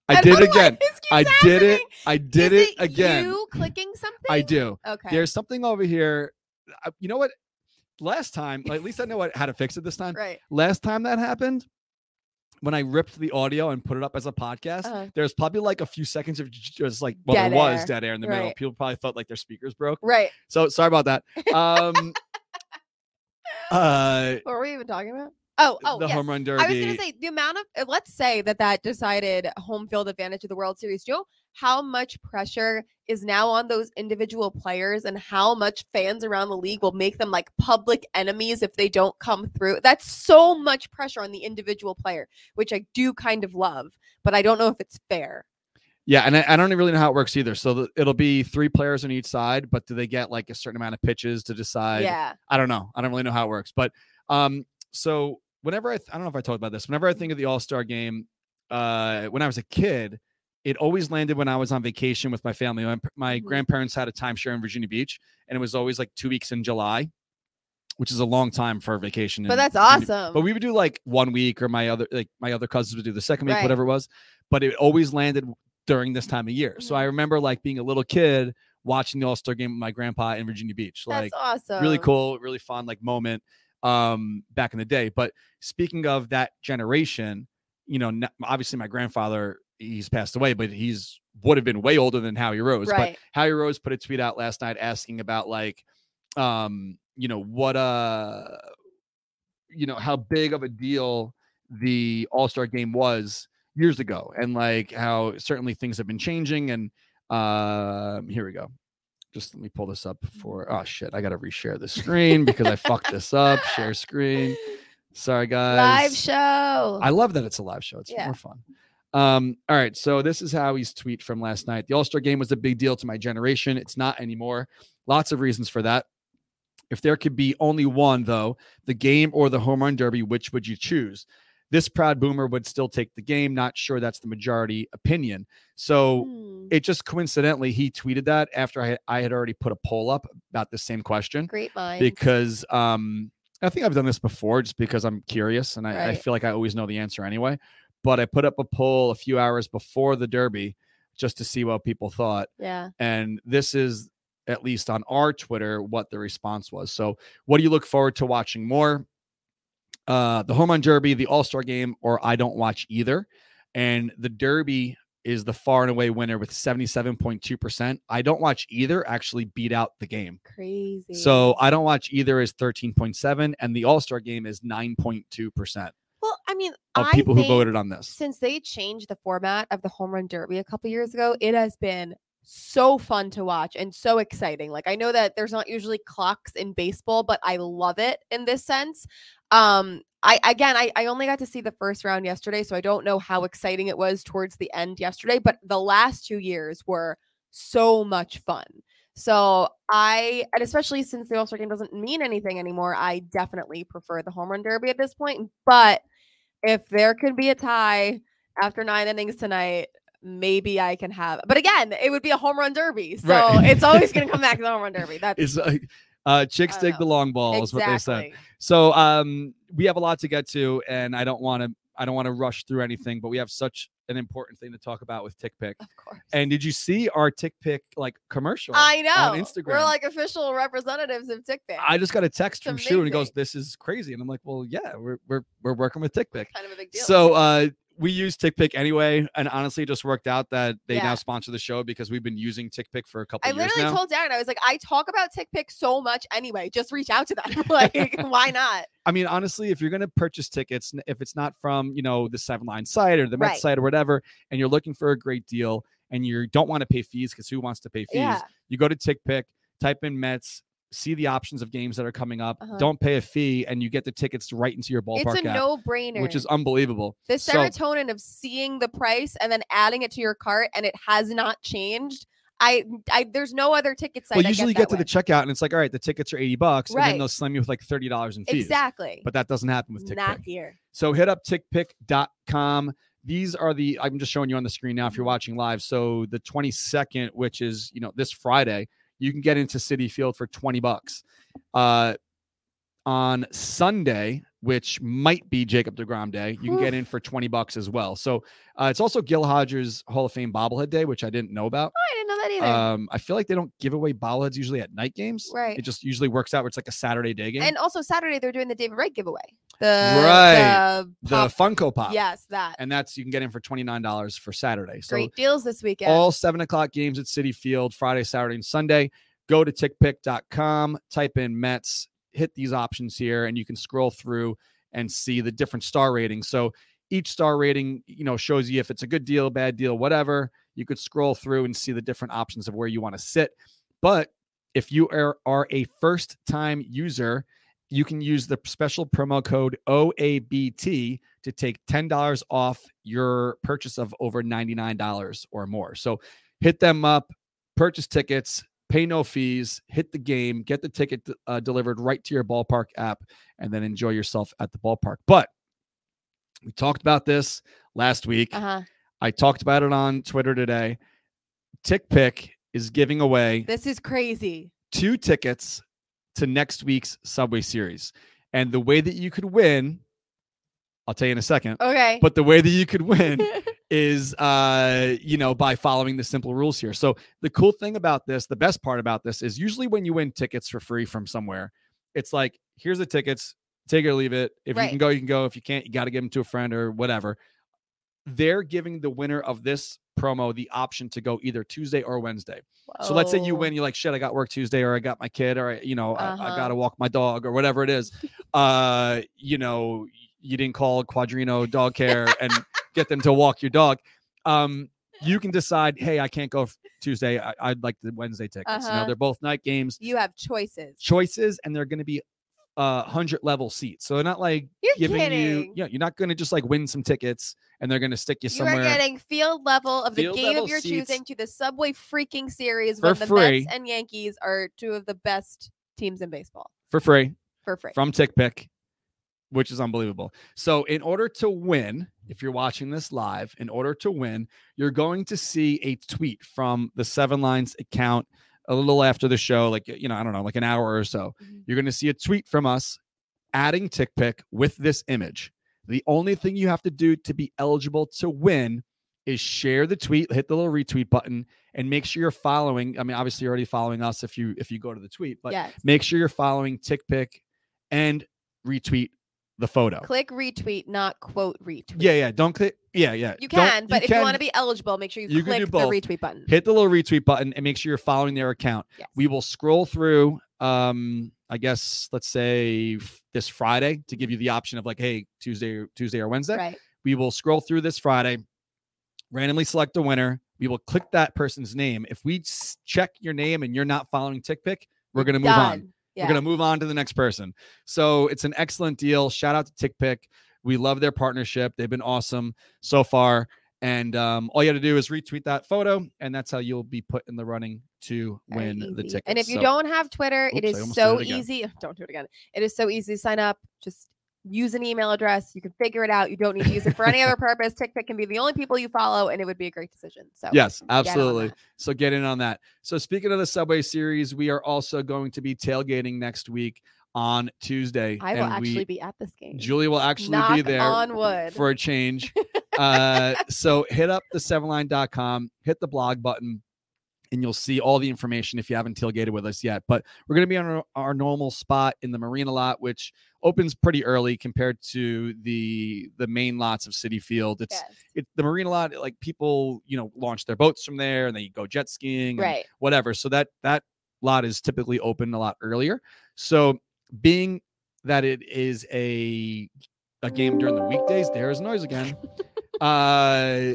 [SPEAKER 2] I
[SPEAKER 3] And
[SPEAKER 2] did
[SPEAKER 3] why
[SPEAKER 2] it again.
[SPEAKER 3] this keeps
[SPEAKER 2] I did it.
[SPEAKER 3] happening?
[SPEAKER 2] I did
[SPEAKER 3] Is
[SPEAKER 2] it again.
[SPEAKER 3] you clicking something
[SPEAKER 2] I do.
[SPEAKER 3] okay
[SPEAKER 2] There's something over here. I- You know what? Last time, like, at least I know what, how to fix it this time.
[SPEAKER 3] right
[SPEAKER 2] Last time that happened, when I ripped the audio and put it up as a podcast,
[SPEAKER 3] Uh-huh.
[SPEAKER 2] there's probably like a few seconds of j- just like, well,
[SPEAKER 3] Dead
[SPEAKER 2] there was
[SPEAKER 3] air.
[SPEAKER 2] dead air in the middle.
[SPEAKER 3] Right.
[SPEAKER 2] People probably felt like their speakers broke.
[SPEAKER 3] right
[SPEAKER 2] So sorry about that. Um, uh,
[SPEAKER 3] What were we even talking about? Oh, oh,
[SPEAKER 2] the
[SPEAKER 3] yes.
[SPEAKER 2] home run derby.
[SPEAKER 3] I was going to say the amount of uh, let's say that that decided home field advantage of the World Series. Do you know how much pressure is now on those individual players, and how much fans around the league will make them like public enemies if they don't come through? That's so much pressure on the individual player, which I do kind of love, but I don't know if it's fair.
[SPEAKER 2] Yeah, and I, I don't really know how it works either. So the, it'll be three players on each side, but do they get like a certain amount of pitches to decide?
[SPEAKER 3] yeah,
[SPEAKER 2] I don't know. I don't really know how it works. But um, so whenever I, th- I don't know if I talked about this, whenever I think of the All Star game, uh, when I was a kid, it always landed when I was on vacation with my family. My, my
[SPEAKER 3] Mhm.
[SPEAKER 2] grandparents had a timeshare in Virginia Beach, and it was always like two weeks in July, which is a long time for a vacation.
[SPEAKER 3] but
[SPEAKER 2] in
[SPEAKER 3] that's
[SPEAKER 2] Virginia-
[SPEAKER 3] awesome.
[SPEAKER 2] but we would do like one week or my other like my other cousins would do the second week
[SPEAKER 3] Right. Mm-hmm.
[SPEAKER 2] whatever it was but it always landed during this time of year so i remember like being a little kid watching the all-star game with my grandpa in virginia beach like
[SPEAKER 3] that's awesome.
[SPEAKER 2] really cool really fun like moment um back in the day but speaking of that generation you know n- obviously my grandfather he's passed away but he's would have been way older than howie rose but
[SPEAKER 3] Right.
[SPEAKER 2] Howie Rose put a tweet out last night asking about like, um, you know, what uh you know, how big of a deal the All-Star game was years ago and like how certainly things have been changing and um here we go. Just let me pull this up for oh shit, I gotta reshare the screen because I fucked this up. Share screen. Sorry guys.
[SPEAKER 3] Live show.
[SPEAKER 2] I love that it's a live show. It's
[SPEAKER 3] Yeah.
[SPEAKER 2] more fun. Um, all right. So this is Howie's tweet from last night. The All-Star game was a big deal to my generation. It's not anymore. Lots of reasons for that. If there could be only one, though, the game or the home run derby, which would you choose? This proud boomer would still take the game. Not sure that's the majority opinion. So
[SPEAKER 3] Hmm,
[SPEAKER 2] it just coincidentally he tweeted that after I, I had already put a poll up about the same question
[SPEAKER 3] Great mind.
[SPEAKER 2] because um I think I've done this before just because I'm curious and I, I
[SPEAKER 3] Right.
[SPEAKER 2] feel like I always know the answer anyway. But I put up a poll a few hours before the Derby just to see what people thought.
[SPEAKER 3] yeah.
[SPEAKER 2] And this is at least on our Twitter what the response was. So what do you look forward to watching more? Uh the home run derby, the all-star game, or I don't watch either. And the derby is the far and away winner with 77.2%. I don't watch either actually beat out the game.
[SPEAKER 3] Crazy.
[SPEAKER 2] So I don't watch either is 13.7 and the All-Star game is 9.2%
[SPEAKER 3] well, I mean,
[SPEAKER 2] of
[SPEAKER 3] I
[SPEAKER 2] people
[SPEAKER 3] think
[SPEAKER 2] who voted on this.
[SPEAKER 3] since they changed the format of the home run derby a couple years ago, it has been so fun to watch and so exciting. Like I know that there's not usually clocks in baseball, but I love it in this sense. Um I again I, I only got to see the first round yesterday, so I don't know how exciting it was towards the end yesterday, but the last two years were so much fun. So I
[SPEAKER 2] Mm-hmm.
[SPEAKER 3] and especially since the All-Star game doesn't mean anything anymore, I definitely prefer the home run derby at this point. But if there can be a tie after nine innings tonight, maybe I can have. But again, it would be a home run derby, so
[SPEAKER 2] Right.
[SPEAKER 3] it's always going to come back to the home run derby. That's
[SPEAKER 2] Is uh, uh chicks
[SPEAKER 3] I
[SPEAKER 2] dig
[SPEAKER 3] know.
[SPEAKER 2] the long ball is what they said.
[SPEAKER 3] Oh, exactly.
[SPEAKER 2] So um we have a lot to get to and I don't want to I don't want to rush through anything, but we have such an important thing to talk about with Tick Pick.
[SPEAKER 3] Of course.
[SPEAKER 2] And did you see our Tick Pick like commercial
[SPEAKER 3] I know.
[SPEAKER 2] on Instagram?
[SPEAKER 3] We're like official representatives of TickPick.
[SPEAKER 2] I just got a text
[SPEAKER 3] It's
[SPEAKER 2] from Shu and he goes,
[SPEAKER 3] amazing.
[SPEAKER 2] "This is crazy," and I'm like, "Well, yeah, we're we're we're working with Tick Pick."
[SPEAKER 3] kind of a big deal.
[SPEAKER 2] So uh we use Tick Pick anyway, and honestly, it just worked out that they
[SPEAKER 3] Yeah.
[SPEAKER 2] now sponsor the show because we've been using Tick Pick for a couple
[SPEAKER 3] I
[SPEAKER 2] of years
[SPEAKER 3] literally
[SPEAKER 2] now.
[SPEAKER 3] told Darren, I was like, I talk about TickPick so much anyway. Just reach out to them. like, why not?
[SPEAKER 2] I mean, honestly, if you're going to purchase tickets, n- if it's not from you know the Seven Line site or the Met
[SPEAKER 3] Right.
[SPEAKER 2] site or whatever, and you're looking for a great deal and you don't want to pay fees because who wants to pay fees?
[SPEAKER 3] Yeah.
[SPEAKER 2] You go to Tick Pick, type in Mets, see the options of games that are coming up.
[SPEAKER 3] Uh-huh.
[SPEAKER 2] Don't pay a fee, and you get the tickets right into your ballpark
[SPEAKER 3] It's a
[SPEAKER 2] app,
[SPEAKER 3] no brainer.
[SPEAKER 2] which is unbelievable.
[SPEAKER 3] the
[SPEAKER 2] so-
[SPEAKER 3] serotonin of seeing the price and then adding it to your cart and it has not changed. I, I there's no other ticket site.
[SPEAKER 2] well,
[SPEAKER 3] I
[SPEAKER 2] usually
[SPEAKER 3] get
[SPEAKER 2] you get to the checkout and it's like, all right, the tickets are eighty bucks, and
[SPEAKER 3] Right.
[SPEAKER 2] then they'll slam you with like thirty dollars in fees.
[SPEAKER 3] exactly.
[SPEAKER 2] But that doesn't happen with Tick Pick.
[SPEAKER 3] not here.
[SPEAKER 2] So hit up tickpick.com. These are the I'm just showing you on the screen now if
[SPEAKER 3] Mm-hmm.
[SPEAKER 2] you're watching live. So the 22nd, which is you know this Friday, you can get into City Field for 20 bucks. Uh on Sunday, which might be Jacob DeGrom Day, you can get in for 20 bucks as well. So uh, it's also Gil Hodges Hall of Fame bobblehead day, which I didn't know about.
[SPEAKER 3] Oh, I didn't know that either.
[SPEAKER 2] Um, I feel like they don't give away bobbleheads usually at night games.
[SPEAKER 3] Right.
[SPEAKER 2] It just usually works out where it's like a Saturday day game.
[SPEAKER 3] and also Saturday they're doing the David Wright giveaway. The
[SPEAKER 2] Right.
[SPEAKER 3] the,
[SPEAKER 2] the
[SPEAKER 3] pop-
[SPEAKER 2] Funko Pop.
[SPEAKER 3] yes, that
[SPEAKER 2] and that's you can get in for twenty nine dollars for Saturday. So
[SPEAKER 3] great deals this weekend.
[SPEAKER 2] all seven o'clock games at City Field Friday, Saturday, and Sunday. Go to tickpick.com, type in Mets, hit these options here, and you can scroll through and see the different star ratings. So each star rating, you know, shows you if it's a good deal, bad deal, whatever. You could scroll through and see the different options of where you want to sit. But if you are, are a first time user, you can use the special promo code OABT to take $10 off your purchase of over $99 or more. So hit them up, purchase tickets, pay no fees, hit the game, get the ticket uh, delivered right to your ballpark app, and then enjoy yourself at the ballpark. But we talked about this last week.
[SPEAKER 3] uh-huh.
[SPEAKER 2] I talked about it on Twitter today. Tick Pick is giving away
[SPEAKER 3] This is crazy.
[SPEAKER 2] two tickets to next week's Subway Series. And the way that you could win, I'll tell you in a second,
[SPEAKER 3] Okay.
[SPEAKER 2] but the way that you could win is, uh, you know, by following the simple rules here. So the cool thing about this, the best part about this is usually when you win tickets for free from somewhere, it's like, here's the tickets, take it or leave it. If you
[SPEAKER 3] Right.
[SPEAKER 2] can go, you can go. If you can't, you got to give them to a friend or whatever. They're giving the winner of this promo the option to go either Tuesday or Wednesday. So let's say you
[SPEAKER 3] Whoa.
[SPEAKER 2] win, you're like, shit, I got work Tuesday, or I got my kid, or I, you know, I,
[SPEAKER 3] Uh-huh.
[SPEAKER 2] I gotta walk my dog, or whatever it is. Uh, you know, you didn't call Quadrino dog care and get them to walk your dog. Um, you can decide, hey, I can't go f- Tuesday. I, I'd like the Wednesday tickets. You
[SPEAKER 3] Uh-huh.
[SPEAKER 2] know, they're both night games
[SPEAKER 3] You have choices.
[SPEAKER 2] choices, and they're gonna be uh hundred level seats. So they're not like
[SPEAKER 3] You're
[SPEAKER 2] giving you,
[SPEAKER 3] kidding.
[SPEAKER 2] yeah, you're not gonna just like win some tickets and they're gonna stick you
[SPEAKER 3] You are
[SPEAKER 2] somewhere.
[SPEAKER 3] getting field level of the
[SPEAKER 2] Field
[SPEAKER 3] game
[SPEAKER 2] level
[SPEAKER 3] of your
[SPEAKER 2] seats
[SPEAKER 3] choosing to the Subway freaking series
[SPEAKER 2] for
[SPEAKER 3] when the
[SPEAKER 2] free.
[SPEAKER 3] Mets and Yankees are two of the best teams in baseball
[SPEAKER 2] for free.
[SPEAKER 3] for free.
[SPEAKER 2] from Tick Pick, which is unbelievable. So, in order to win, if you're watching this live, in order to win, you're going to see a tweet from the Seven Lines account a little after the show, like, you know, I don't know, like an hour or so.
[SPEAKER 3] Mhm.
[SPEAKER 2] You're going to see a tweet from us adding Tick Pick with this image. The only thing you have to do to be eligible to win is share the tweet, hit the little retweet button, and make sure you're following. I mean, obviously, you're already following us if you if you go to the tweet, but
[SPEAKER 3] yes.
[SPEAKER 2] make sure you're following Tick Pick and retweet the photo.
[SPEAKER 3] Click retweet, not quote retweet.
[SPEAKER 2] Yeah, yeah. Don't click. Yeah, yeah.
[SPEAKER 3] You
[SPEAKER 2] Don't-
[SPEAKER 3] can, but if you want to be eligible, make sure you,
[SPEAKER 2] You can do
[SPEAKER 3] click the
[SPEAKER 2] both.
[SPEAKER 3] retweet button.
[SPEAKER 2] hit the little retweet button and make sure you're following their account.
[SPEAKER 3] Yes.
[SPEAKER 2] We will scroll through. Um, I guess let's say f- this Friday to give you the option of like, hey, Tuesday, or Tuesday or Wednesday.
[SPEAKER 3] right.
[SPEAKER 2] We will scroll through this Friday, randomly select a winner. We will click that person's name. If we s- check your name and you're not following Tick Pick, we're gonna move on.
[SPEAKER 3] Done. Yeah.
[SPEAKER 2] We're going to move on to the next person. So it's an excellent deal. Shout out to Tick Pick. We love their partnership. They've been awesome so far. And um, all you got to do is retweet that photo, and that's how you'll be put in the running to
[SPEAKER 3] Very
[SPEAKER 2] win the
[SPEAKER 3] easy.
[SPEAKER 2] ticket.
[SPEAKER 3] And if you don't have Twitter,
[SPEAKER 2] Oops,
[SPEAKER 3] it
[SPEAKER 2] I
[SPEAKER 3] is
[SPEAKER 2] almost did it
[SPEAKER 3] so
[SPEAKER 2] again.
[SPEAKER 3] easy. Don't do it again. It is so easy to sign up. Just use an email address. You can figure it out. You don't need to use it for any other purpose. TickPick can be the only people you follow, and it would be a great decision. So
[SPEAKER 2] Yes,
[SPEAKER 3] on
[SPEAKER 2] absolutely.
[SPEAKER 3] that.
[SPEAKER 2] So get in on that. So speaking of the Subway Series, we are also going to be tailgating next week on Tuesday.
[SPEAKER 3] I will
[SPEAKER 2] and
[SPEAKER 3] actually
[SPEAKER 2] we-
[SPEAKER 3] be at this game.
[SPEAKER 2] Julia will actually
[SPEAKER 3] Knock
[SPEAKER 2] be there.
[SPEAKER 3] on wood.
[SPEAKER 2] for a change. uh, so hit up the sevenline.com, hit the blog button, and you'll see all the information if you haven't tailgated with us yet. But we're going to be on our, our normal spot in the marina lot, which opens pretty early compared to the the main lots of City Field. It's
[SPEAKER 3] Yes.
[SPEAKER 2] it, the marina lot. Like people, you know, launch their boats from there and they go jet skiing, and
[SPEAKER 3] Right.
[SPEAKER 2] whatever. So that that lot is typically open a lot earlier. So being that it is a a game during the weekdays, there is noise again. uh,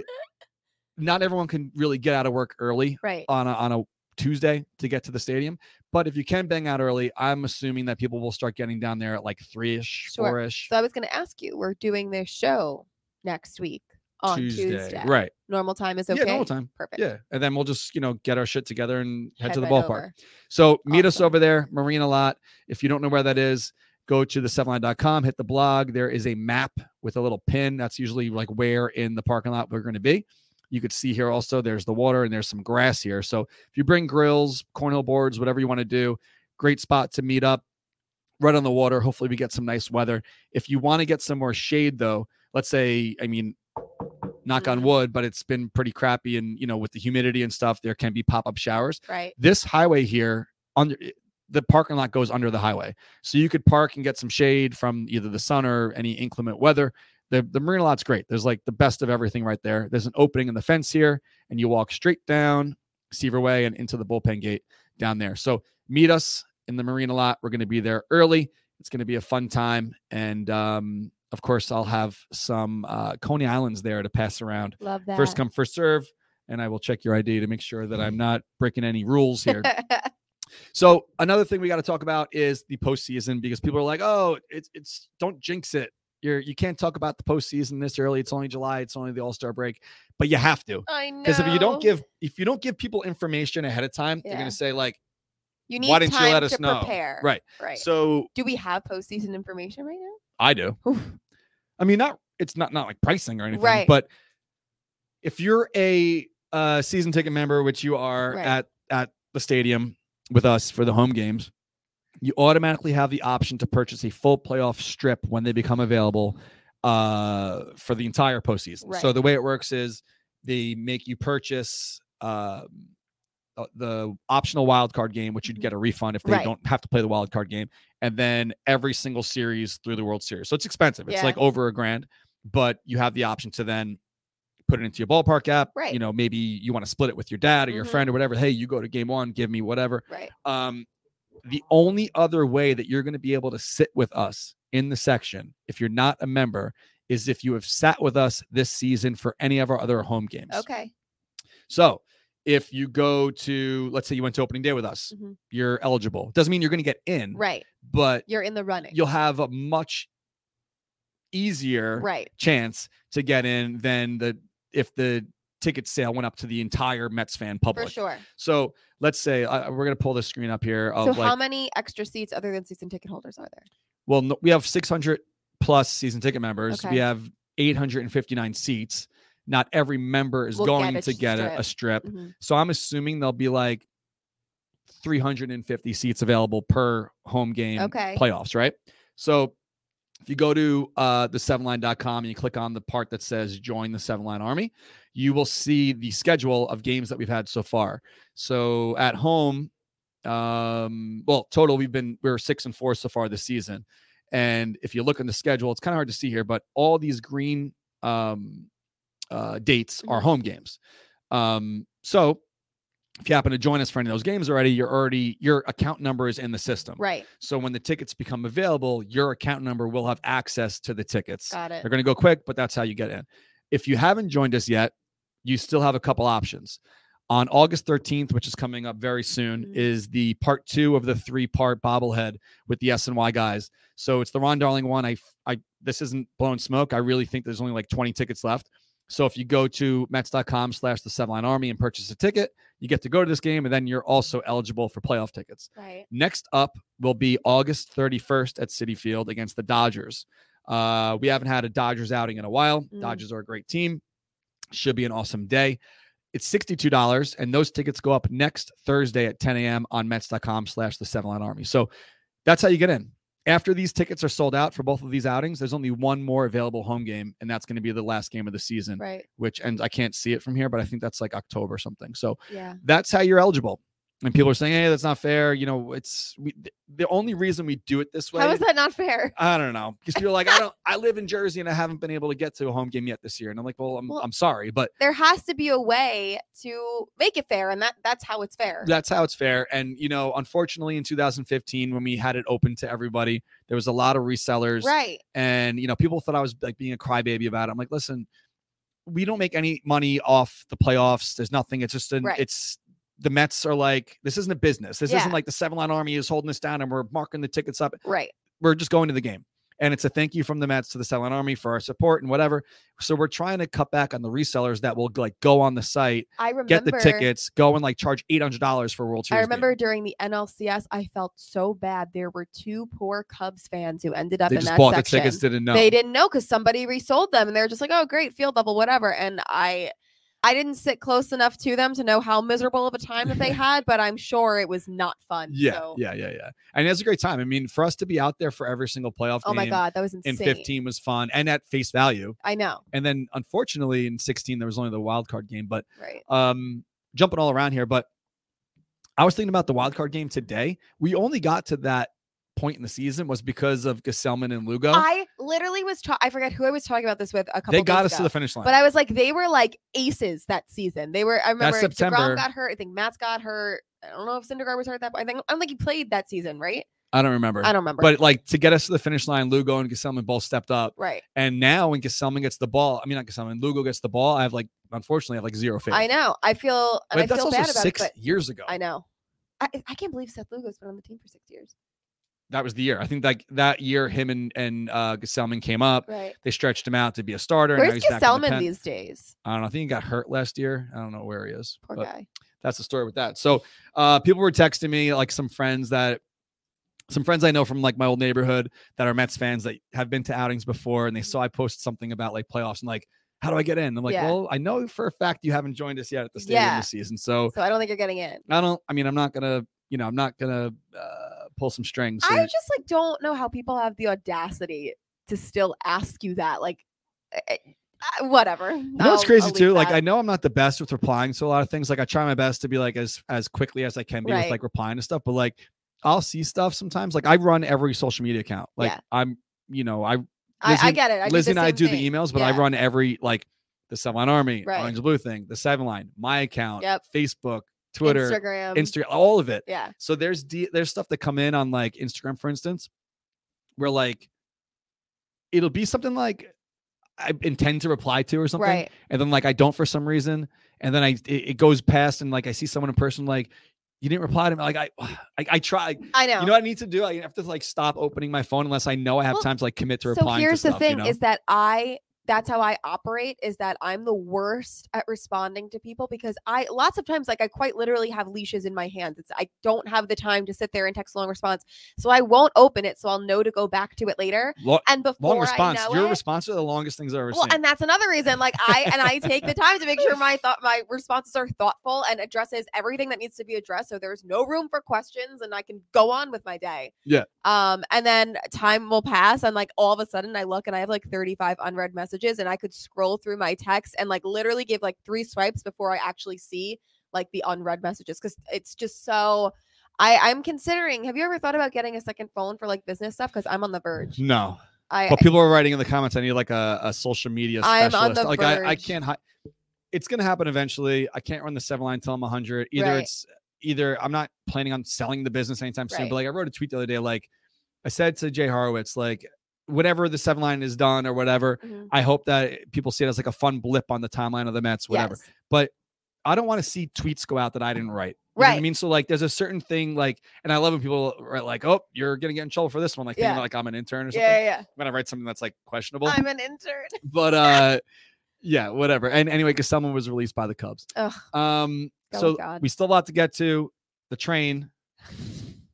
[SPEAKER 2] not everyone can really get out of work early
[SPEAKER 3] Right.
[SPEAKER 2] on a, on a Tuesday to get to the stadium. But if you can bang out early, I'm assuming that people will start getting down there at like three ish,
[SPEAKER 3] Sure.
[SPEAKER 2] four ish.
[SPEAKER 3] So I was going to ask you, we're doing this show next week on Tuesday.
[SPEAKER 2] Right.
[SPEAKER 3] Normal time is okay.
[SPEAKER 2] Yeah, normal time.
[SPEAKER 3] Perfect.
[SPEAKER 2] Yeah. And then we'll just, you know, get our shit together and head, to the
[SPEAKER 3] right
[SPEAKER 2] ballpark.
[SPEAKER 3] over.
[SPEAKER 2] So meet us
[SPEAKER 3] Awesome.
[SPEAKER 2] over there, Marina Lot. If you don't know where that is, go to the sevenline.com, hit the blog. There is a map with a little pin. That's usually like where in the parking lot we're going to be. You could see here also, there's the water and there's some grass here. So if you bring grills, cornhole boards, whatever you want to do, great spot to meet up right on the water. Hopefully, we get some nice weather. If you want to get some more shade, though, let's say, I mean, knock on
[SPEAKER 3] Mhm.
[SPEAKER 2] wood, but it's been pretty crappy. And, you know, with the humidity and stuff, there can be pop up showers
[SPEAKER 3] Right.
[SPEAKER 2] this highway here under eh, the parking lot goes under the highway so you could park and get some shade from either the sun or any inclement weather the, the marina lot's great there's like the best of everything right there there's an opening in the fence here and you walk straight down seaver way and into the bullpen gate down there so meet us in the marina lot we're going to be there early it's going to be a fun time and um, of course i'll have some uh, coney islands there to pass around
[SPEAKER 3] Love that.
[SPEAKER 2] first come first serve and i will check your id to make sure that i'm not breaking any rules here so another thing we got to talk about is the postseason because people are like, "Oh, it's it's don't jinx it. You're you can't talk about the postseason this early. It's only July. It's only the All Star break." But you have to
[SPEAKER 3] I know.
[SPEAKER 2] because if you don't give if you don't give people information ahead of time, they're
[SPEAKER 3] Yeah.
[SPEAKER 2] gonna say like,
[SPEAKER 3] you
[SPEAKER 2] why didn't you
[SPEAKER 3] time
[SPEAKER 2] let us
[SPEAKER 3] to
[SPEAKER 2] know?
[SPEAKER 3] Prepare.
[SPEAKER 2] "Right."
[SPEAKER 3] Right.
[SPEAKER 2] So
[SPEAKER 3] do we have postseason information right now?
[SPEAKER 2] I do.
[SPEAKER 3] Oof.
[SPEAKER 2] I mean, not it's not not like pricing or anything,
[SPEAKER 3] Right.
[SPEAKER 2] but if you're a uh, season ticket member, which you are
[SPEAKER 3] Right.
[SPEAKER 2] at at the stadium with us for the home games, you automatically have the option to purchase a full playoff strip when they become available uh, for the entire postseason. So
[SPEAKER 3] Right.
[SPEAKER 2] the way it works is they make you purchase. Uh, uh, the optional wild card game, which you'd get a refund if they
[SPEAKER 3] Mm-hmm. Right.
[SPEAKER 2] don't have to play the wild card game, and then every single series through the World Series. So it's expensive. It's
[SPEAKER 3] Yeah.
[SPEAKER 2] like over a grand, but you have the option to then put it into your ballpark app.
[SPEAKER 3] Right.
[SPEAKER 2] You know, maybe you want to split it with your dad or your
[SPEAKER 3] Mhm.
[SPEAKER 2] friend or whatever. Hey, you go to game one, give me whatever.
[SPEAKER 3] Right.
[SPEAKER 2] Um, the only other way that you're going to be able to sit with us in the section, if you're not a member, is if you have sat with us this season for any of our other home games.
[SPEAKER 3] Okay.
[SPEAKER 2] So if you go to, let's say you went to opening day with us,
[SPEAKER 3] Mhm.
[SPEAKER 2] you're eligible. Doesn't mean you're going to get in,
[SPEAKER 3] Right.
[SPEAKER 2] but
[SPEAKER 3] You're in the running.
[SPEAKER 2] you'll have a much easier
[SPEAKER 3] right.
[SPEAKER 2] chance to get in than the if the ticket sale went up to the entire Mets fan
[SPEAKER 3] For
[SPEAKER 2] public.
[SPEAKER 3] sure.
[SPEAKER 2] So let's say uh, we're gonna pull this screen up here of
[SPEAKER 3] So
[SPEAKER 2] like
[SPEAKER 3] how many extra seats other than season ticket holders are there?
[SPEAKER 2] well no, we have 600 plus season ticket members.
[SPEAKER 3] Okay.
[SPEAKER 2] We have 859 seats. Not every member is
[SPEAKER 3] Will get
[SPEAKER 2] going
[SPEAKER 3] a
[SPEAKER 2] to get a, a strip.
[SPEAKER 3] Mhm.
[SPEAKER 2] So I'm assuming there'll be like 350 seats available per home game
[SPEAKER 3] Okay.
[SPEAKER 2] playoffs, right? So if you go to uh, the sevenline.com and you click on the part that says join the seven line army, you will see the schedule of games that we've had so far. So at home, um, well, total, we've been, we're six and four so far this season. And if you look on the schedule, it's kind of hard to see here, but all these green um, uh, dates are
[SPEAKER 3] Mhm.
[SPEAKER 2] home games. Um, so if you happen to join us for any of those games already, you're already your account number is in the system.
[SPEAKER 3] Right.
[SPEAKER 2] So when the tickets become available, your account number will have access to the tickets.
[SPEAKER 3] Got it.
[SPEAKER 2] They're going to go quick, but that's how you get in. If you haven't joined us yet, you still have a couple options. On August 13th, which is coming up very soon,
[SPEAKER 3] Mhm.
[SPEAKER 2] is the part two of the three part bobblehead with the S and Y guys. So it's the Ron Darling one. I, f- I, this isn't blown smoke. I really think there's only like 20 tickets left. So if you go to Mets.com slash the Seven Line Army and purchase a ticket, you get to go to this game, and then you're also eligible for playoff tickets.
[SPEAKER 3] Right.
[SPEAKER 2] Next up will be August 31st at City Field against the Dodgers. Uh, we haven't had a Dodgers outing in a while.
[SPEAKER 3] Mm.
[SPEAKER 2] Dodgers are a great team. Should be an awesome day. It's $62, and those tickets go up next Thursday at 10 a.m. on Mets.com slash the Seven Line Army. So that's how you get in. After these tickets are sold out for both of these outings, there's only one more available home game, and that's going to be the last game of the season,
[SPEAKER 3] Right.
[SPEAKER 2] which and I can't see it from here, but I think that's like October or something. So
[SPEAKER 3] Yeah.
[SPEAKER 2] that's how you're eligible. And
[SPEAKER 3] Mm-hmm.
[SPEAKER 2] people are saying, "Hey, that's not fair." You know, it's we, th- the only reason we do it this way.
[SPEAKER 3] How is that not fair?
[SPEAKER 2] I don't know because people are like, "I don't. I live in Jersey and I haven't been able to get to a home game yet this year." And I'm like, "Well, I'm,
[SPEAKER 3] Well-
[SPEAKER 2] I'm sorry, but
[SPEAKER 3] There has to be a way to make it fair, and that that's how it's fair.
[SPEAKER 2] that's how it's fair." And you know, unfortunately, in 2015, when we had it open to everybody, there was a lot of resellers,
[SPEAKER 3] right.
[SPEAKER 2] and you know, people thought I was like being a crybaby about it. I'm like, "Listen, we don't make any money off the playoffs. There's nothing. It's just an
[SPEAKER 3] Right.
[SPEAKER 2] it's." The Mets are like, this isn't a business. This
[SPEAKER 3] Yeah.
[SPEAKER 2] isn't like the Seven Line Army is holding this down and we're marking the tickets up.
[SPEAKER 3] Right.
[SPEAKER 2] we're just going to the game. And it's a thank you from the Mets to the selling army for our support and whatever. So we're trying to cut back on the resellers that will like go on the site,
[SPEAKER 3] I remember.
[SPEAKER 2] get the tickets, go and like charge eight hundred dollars for a World Series.
[SPEAKER 3] I
[SPEAKER 2] game.
[SPEAKER 3] remember during the NLCS, I felt so bad. There were two poor Cubs fans who ended up
[SPEAKER 2] they
[SPEAKER 3] in
[SPEAKER 2] just
[SPEAKER 3] that
[SPEAKER 2] bought
[SPEAKER 3] section.
[SPEAKER 2] the tickets, didn't know.
[SPEAKER 3] They didn't know because somebody resold them, and they were just like, "Oh, great, field level, whatever." And I, I didn't sit close enough to them to know how miserable of a time that they had, but I'm sure it was not fun.
[SPEAKER 2] yeah,
[SPEAKER 3] So.
[SPEAKER 2] yeah, yeah, yeah. And it's a great time. I mean, for us to be out there for every single playoff
[SPEAKER 3] Oh
[SPEAKER 2] game
[SPEAKER 3] my god, that was
[SPEAKER 2] in
[SPEAKER 3] insane.
[SPEAKER 2] fifteen was fun and at face value.
[SPEAKER 3] I know,
[SPEAKER 2] And then unfortunately in sixteen there was only the wild card game, but
[SPEAKER 3] right?
[SPEAKER 2] um jumping all around here but i was thinking about the wild card game today we only got to that point in the season was because of gesellman and lugo
[SPEAKER 3] I literally was. Ta- I forget who I was talking about this with a couple.
[SPEAKER 2] they got
[SPEAKER 3] days
[SPEAKER 2] us to the
[SPEAKER 3] ago,
[SPEAKER 2] finish line
[SPEAKER 3] But I was like, they were like aces that season. They were. I remember
[SPEAKER 2] September.
[SPEAKER 3] DeGrom got hurt. I think Matt's got hurt. I don't know if Syndergaard was hurt at that point. I think I don't think he played that season, right?
[SPEAKER 2] I don't remember
[SPEAKER 3] I don't remember.
[SPEAKER 2] but like to get us to the finish line lugo and gesellman both stepped up
[SPEAKER 3] right,
[SPEAKER 2] and now when gesellman gets the ball i mean not gesellman lugo gets the ball i have like unfortunately i have like zero faith
[SPEAKER 3] I know. I feel.
[SPEAKER 2] but
[SPEAKER 3] And I
[SPEAKER 2] that's
[SPEAKER 3] feel
[SPEAKER 2] also
[SPEAKER 3] bad about
[SPEAKER 2] six
[SPEAKER 3] it.
[SPEAKER 2] years ago
[SPEAKER 3] But I know. I, I can't believe Seth Lugo's been on the team for six years.
[SPEAKER 2] that was the year i think like that year him and and uh gesellman came up
[SPEAKER 3] Right.
[SPEAKER 2] they stretched him out to be a starter and now
[SPEAKER 3] Where's
[SPEAKER 2] he's back in the
[SPEAKER 3] Gesellman
[SPEAKER 2] pen.
[SPEAKER 3] these days?
[SPEAKER 2] i don't know i think he got hurt last year i don't know where he is
[SPEAKER 3] Poor
[SPEAKER 2] but-
[SPEAKER 3] guy.
[SPEAKER 2] that's the story with that. So uh people were texting me, like some friends that some friends I know from like my old neighborhood that are Mets fans that have been to outings before and they saw I posted something about like playoffs and like, how do I get in? I'm like,
[SPEAKER 3] Mm-hmm. Yeah.
[SPEAKER 2] well, I know for a fact you haven't joined us yet at the stadium
[SPEAKER 3] Yeah.
[SPEAKER 2] this season. So
[SPEAKER 3] So I don't think you're getting in.
[SPEAKER 2] I don't I mean I'm not gonna, you know, I'm not gonna uh pull some strings.
[SPEAKER 3] I
[SPEAKER 2] here.
[SPEAKER 3] just like don't know how people have the audacity to still ask you that. Like, eh, eh, uh, whatever.
[SPEAKER 2] You know what's
[SPEAKER 3] I'll-
[SPEAKER 2] crazy
[SPEAKER 3] I'll leave
[SPEAKER 2] too? Like
[SPEAKER 3] that.
[SPEAKER 2] I know I'm not the best with replying to a lot of things. Like I try my best to be like as as quickly as I can be with
[SPEAKER 3] Right.
[SPEAKER 2] like replying to stuff, but like I'll see stuff sometimes. Like I run every social media account. Like
[SPEAKER 3] Yeah.
[SPEAKER 2] I'm, you know, I
[SPEAKER 3] I, I
[SPEAKER 2] Lizzie-
[SPEAKER 3] get it. I
[SPEAKER 2] Lizzie and I do
[SPEAKER 3] email.
[SPEAKER 2] the emails, but I
[SPEAKER 3] Yeah.
[SPEAKER 2] run every like the Seven Line Army,
[SPEAKER 3] Right.
[SPEAKER 2] Orange and Blue thing, the Seven Line, my account,
[SPEAKER 3] Yep.
[SPEAKER 2] Facebook, Twitter,
[SPEAKER 3] Instagram,
[SPEAKER 2] Instagram, all of it.
[SPEAKER 3] Yeah,
[SPEAKER 2] So there's D there's stuff that come in on like Instagram, for instance, where like it'll be something like I intend to reply to or something
[SPEAKER 3] right.
[SPEAKER 2] and then like I don't for some reason, and then I it, it goes past, and like I see someone in person, like you didn't reply to me, like I I, I try.
[SPEAKER 3] I know.
[SPEAKER 2] You know what I need to do? I have to like stop opening my phone unless I know I have
[SPEAKER 3] Well,
[SPEAKER 2] time to like commit to
[SPEAKER 3] so
[SPEAKER 2] replying.
[SPEAKER 3] here's
[SPEAKER 2] to
[SPEAKER 3] the
[SPEAKER 2] stuff,
[SPEAKER 3] thing:
[SPEAKER 2] you know?
[SPEAKER 3] is that I. That's how I operate. Is that I'm the worst at responding to people because I lots of times like I quite literally have leashes in my hands. It's I don't have the time to sit there and text a long response, so I won't open it. So I'll know to go back to it later.
[SPEAKER 2] Lo-
[SPEAKER 3] And before
[SPEAKER 2] long response.
[SPEAKER 3] I know
[SPEAKER 2] Your
[SPEAKER 3] it,
[SPEAKER 2] response are the longest things I've ever
[SPEAKER 3] Well,
[SPEAKER 2] seen.
[SPEAKER 3] and that's another reason. Like I and I take the time to make sure my thought, my responses are thoughtful and addresses everything that needs to be addressed. So there's no room for questions, and I can go on with my day.
[SPEAKER 2] Yeah.
[SPEAKER 3] Um, and then time will pass, and like all of a sudden, I look and I have like 35 unread messages, and I could scroll through my text and like literally give like three swipes before I actually see like the unread messages because it's just so. I, I'm considering. Have you ever thought about getting a second phone for like business stuff? Because I'm on the verge.
[SPEAKER 2] no,
[SPEAKER 3] I
[SPEAKER 2] but people are writing in the comments. I need like a, a social media
[SPEAKER 3] I'm on
[SPEAKER 2] specialist.
[SPEAKER 3] the
[SPEAKER 2] like I, I
[SPEAKER 3] verge.
[SPEAKER 2] can't. Hi- it's gonna happen eventually. I can't run the seven line till I'm 100. Either
[SPEAKER 3] Right.
[SPEAKER 2] it's either I'm not planning on selling the business anytime soon.
[SPEAKER 3] Right.
[SPEAKER 2] But like I wrote a tweet the other day. Like I said to Jay Horowitz, like whenever the seven line is done or whatever,
[SPEAKER 3] Mhm.
[SPEAKER 2] I hope that people see it as like a fun blip on the timeline of the Mets, whatever.
[SPEAKER 3] Yes.
[SPEAKER 2] I don't want to see tweets go out that I didn't write. You know what I
[SPEAKER 3] Right.
[SPEAKER 2] mean, so like, there's a certain thing like, and I love when people write like, "Oh, you're gonna get in trouble for this one," like, thinking
[SPEAKER 3] Yeah.
[SPEAKER 2] like I'm an intern or something.
[SPEAKER 3] Yeah, yeah, yeah.
[SPEAKER 2] When I write something that's like questionable,
[SPEAKER 3] I'm an intern.
[SPEAKER 2] but uh, yeah, whatever. And anyway, because someone was released by the Cubs.
[SPEAKER 3] Ugh.
[SPEAKER 2] Um,
[SPEAKER 3] Oh,
[SPEAKER 2] so
[SPEAKER 3] God.
[SPEAKER 2] we still have a lot to get to. The train.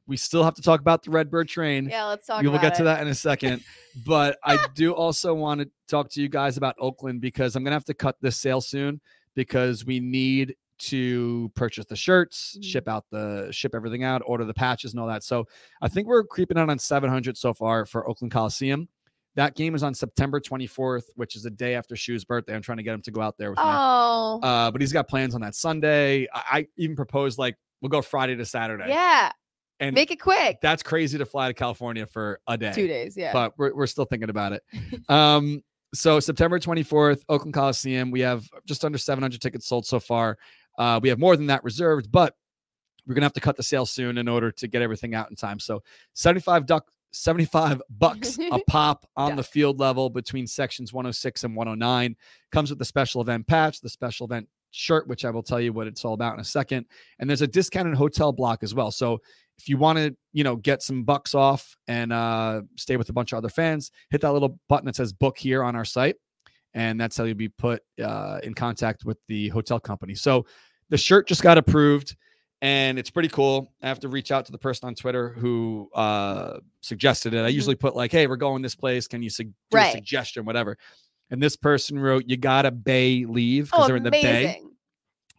[SPEAKER 2] We still have to talk about the Redbird train.
[SPEAKER 3] Yeah, let's talk
[SPEAKER 2] we will
[SPEAKER 3] about
[SPEAKER 2] get to
[SPEAKER 3] it.
[SPEAKER 2] that in a second. but I do also want to talk to you guys about Oakland because I'm gonna have to cut this sale soon because we need to purchase the shirts,
[SPEAKER 3] Mhm.
[SPEAKER 2] ship out the ship everything out, order the patches and all that. So I think we're creeping out on 700 so far for Oakland Coliseum. That game is on September 24th, which is the day after Shue's birthday. I'm trying to get him to go out there with me.
[SPEAKER 3] Oh,
[SPEAKER 2] Uh, but he's got plans on that Sunday. I, I even proposed like we'll go Friday to Saturday.
[SPEAKER 3] yeah.
[SPEAKER 2] and
[SPEAKER 3] Make it quick.
[SPEAKER 2] that's crazy to fly to California for a day
[SPEAKER 3] Two days. Yeah.
[SPEAKER 2] but we're, we're still thinking about it. um, so September 24th, Oakland Coliseum. We have just under 700 tickets sold so far. Uh, we have more than that reserved, but we're gonna have to cut the sale soon in order to get everything out in time. So 75 duck, 75 bucks a pop on the field level between sections 106 and 109. Comes with the special event patch, the special event shirt, which I will tell you what it's all about in a second. And there's a discounted hotel block as well. So if you want to, you know, get some bucks off and uh, stay with a bunch of other fans, hit that little button that says book here on our site. And that's how you'll be put uh, in contact with the hotel company. So the shirt just got approved and it's pretty cool. I have to reach out to the person on Twitter who uh, suggested it. I
[SPEAKER 3] Mhm.
[SPEAKER 2] usually put like, hey, we're going this place. Can you sug- do a
[SPEAKER 3] Right.
[SPEAKER 2] suggestion, whatever? And this person wrote, you got to bay leave because
[SPEAKER 3] oh,
[SPEAKER 2] they're in the bay.
[SPEAKER 3] amazing.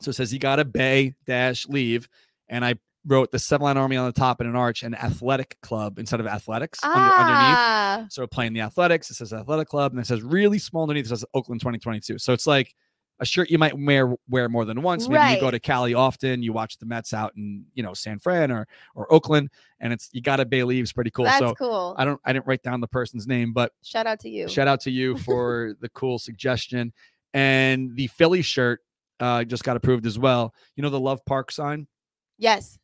[SPEAKER 2] So it says you got to bay dash leave. And I wrote the Seven Line Army on the top and an arch and athletic club instead of athletics under- underneath.
[SPEAKER 3] Ah,
[SPEAKER 2] So we're playing the athletics. It says athletic club and it says really small underneath. It says Oakland 2022. So it's like a shirt you might wear wear more than once. Maybe you go
[SPEAKER 3] Right.
[SPEAKER 2] to Cali often. You watch the Mets out in you know San Fran or or Oakland, and it's you got to bay leaves. Pretty cool.
[SPEAKER 3] that's
[SPEAKER 2] so
[SPEAKER 3] cool.
[SPEAKER 2] I don't I didn't write down the person's name, but
[SPEAKER 3] Shout out to you.
[SPEAKER 2] Shout out to you for the cool suggestion. And the Philly shirt uh, just got approved as well. You know, the Love Park sign?
[SPEAKER 3] yes.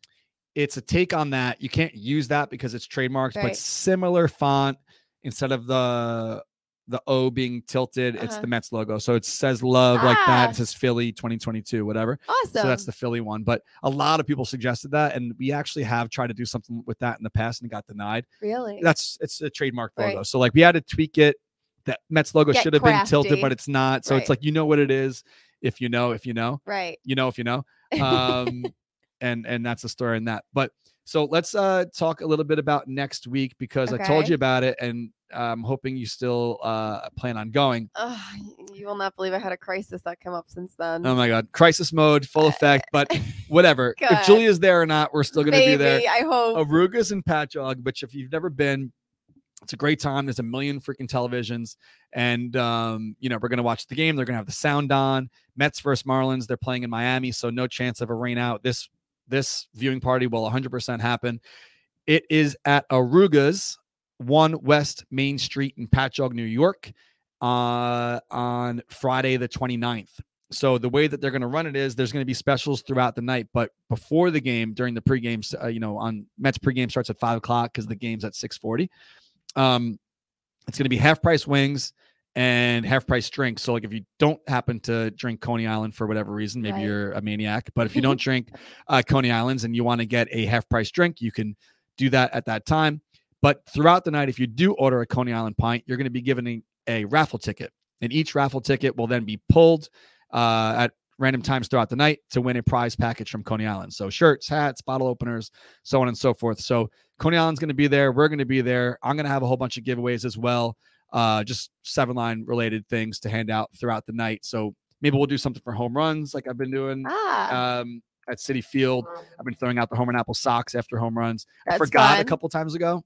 [SPEAKER 2] It's a take on that. You can't use that because it's trademarked, but
[SPEAKER 3] Right.
[SPEAKER 2] similar font instead of the the O being tilted, it's
[SPEAKER 3] Uh-huh.
[SPEAKER 2] the Mets logo. So it says love like that.
[SPEAKER 3] Ah.
[SPEAKER 2] It says Philly 2022, whatever.
[SPEAKER 3] Awesome.
[SPEAKER 2] So that's the Philly one. But a lot of people suggested that. And we actually have tried to do something with that in the past and it got denied
[SPEAKER 3] really.
[SPEAKER 2] that's it's a trademark logo.
[SPEAKER 3] Right.
[SPEAKER 2] So like we had to tweak it. That Mets logo
[SPEAKER 3] Get
[SPEAKER 2] should have been tilted,
[SPEAKER 3] crafty.
[SPEAKER 2] but it's not. So it's
[SPEAKER 3] Right.
[SPEAKER 2] like you know what it is if you know if you know
[SPEAKER 3] right.
[SPEAKER 2] you know if you know. Um, and and that's the story in that. But so let's uh talk a little bit about next week because I told
[SPEAKER 3] Okay.
[SPEAKER 2] you about it and I'm hoping you still uh plan on going.
[SPEAKER 3] Ugh, you will not believe I had a crisis that come up since then.
[SPEAKER 2] Oh my god, crisis mode, full effect. But whatever, if
[SPEAKER 3] Uh, God.
[SPEAKER 2] Julia's there or not, we're still gonna
[SPEAKER 3] Maybe
[SPEAKER 2] be there. Oh,
[SPEAKER 3] I hope.
[SPEAKER 2] Arugas and Patchogue, which if you've never been, it's a great time. There's a million freaking televisions. And um, you know, we're gonna watch the game. They're gonna have the sound on. Mets versus Marlins. They're playing in Miami, so no chance of a rain out. This this viewing party will 100 percent happen. It is at Arugas, one West Main Street in Patchogue, New York, uh, on Friday the 29th. So the way that they're going to run it is there's going to be specials throughout the night, but before the game, during the pregame, s- uh, you know, on Mets pregame starts at five o'clock because the game's at six forty. Um, it's going to be half price wings and half price drinks. So like if you don't happen to drink Coney Island for whatever reason, maybe
[SPEAKER 3] Right.
[SPEAKER 2] you're a maniac, but if you don't drink uh, Coney Islands and you want to get a half price drink, you can do that at that time. But throughout the night, if you do order a Coney Island pint, you're going to be given a, a raffle ticket, and each raffle ticket will then be pulled uh, at random times throughout the night to win a prize package from Coney Island. So shirts, hats, bottle openers, so on and so forth. So Coney Island's going to be there. We're going to be there. I'm going to have a whole bunch of giveaways as well, uh, just seven line related things to hand out throughout the night. So maybe we'll do something for home runs, like I've been doing
[SPEAKER 3] ah,
[SPEAKER 2] um, at City Field. I've been throwing out the home run apple socks after home runs. I
[SPEAKER 3] that's
[SPEAKER 2] forgot a
[SPEAKER 3] fun.
[SPEAKER 2] couple times ago.